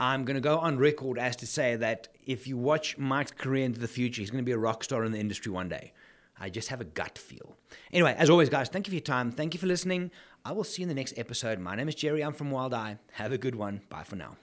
Speaker 1: I'm going to go on record as to say that if you watch Mike's career into the future, he's going to be a rock star in the industry one day. I just have a gut feel. Anyway, as always, guys, thank you for your time. Thank you for listening. I will see you in the next episode. My name is Jerry. I'm from Wild Eye. Have a good one. Bye for now.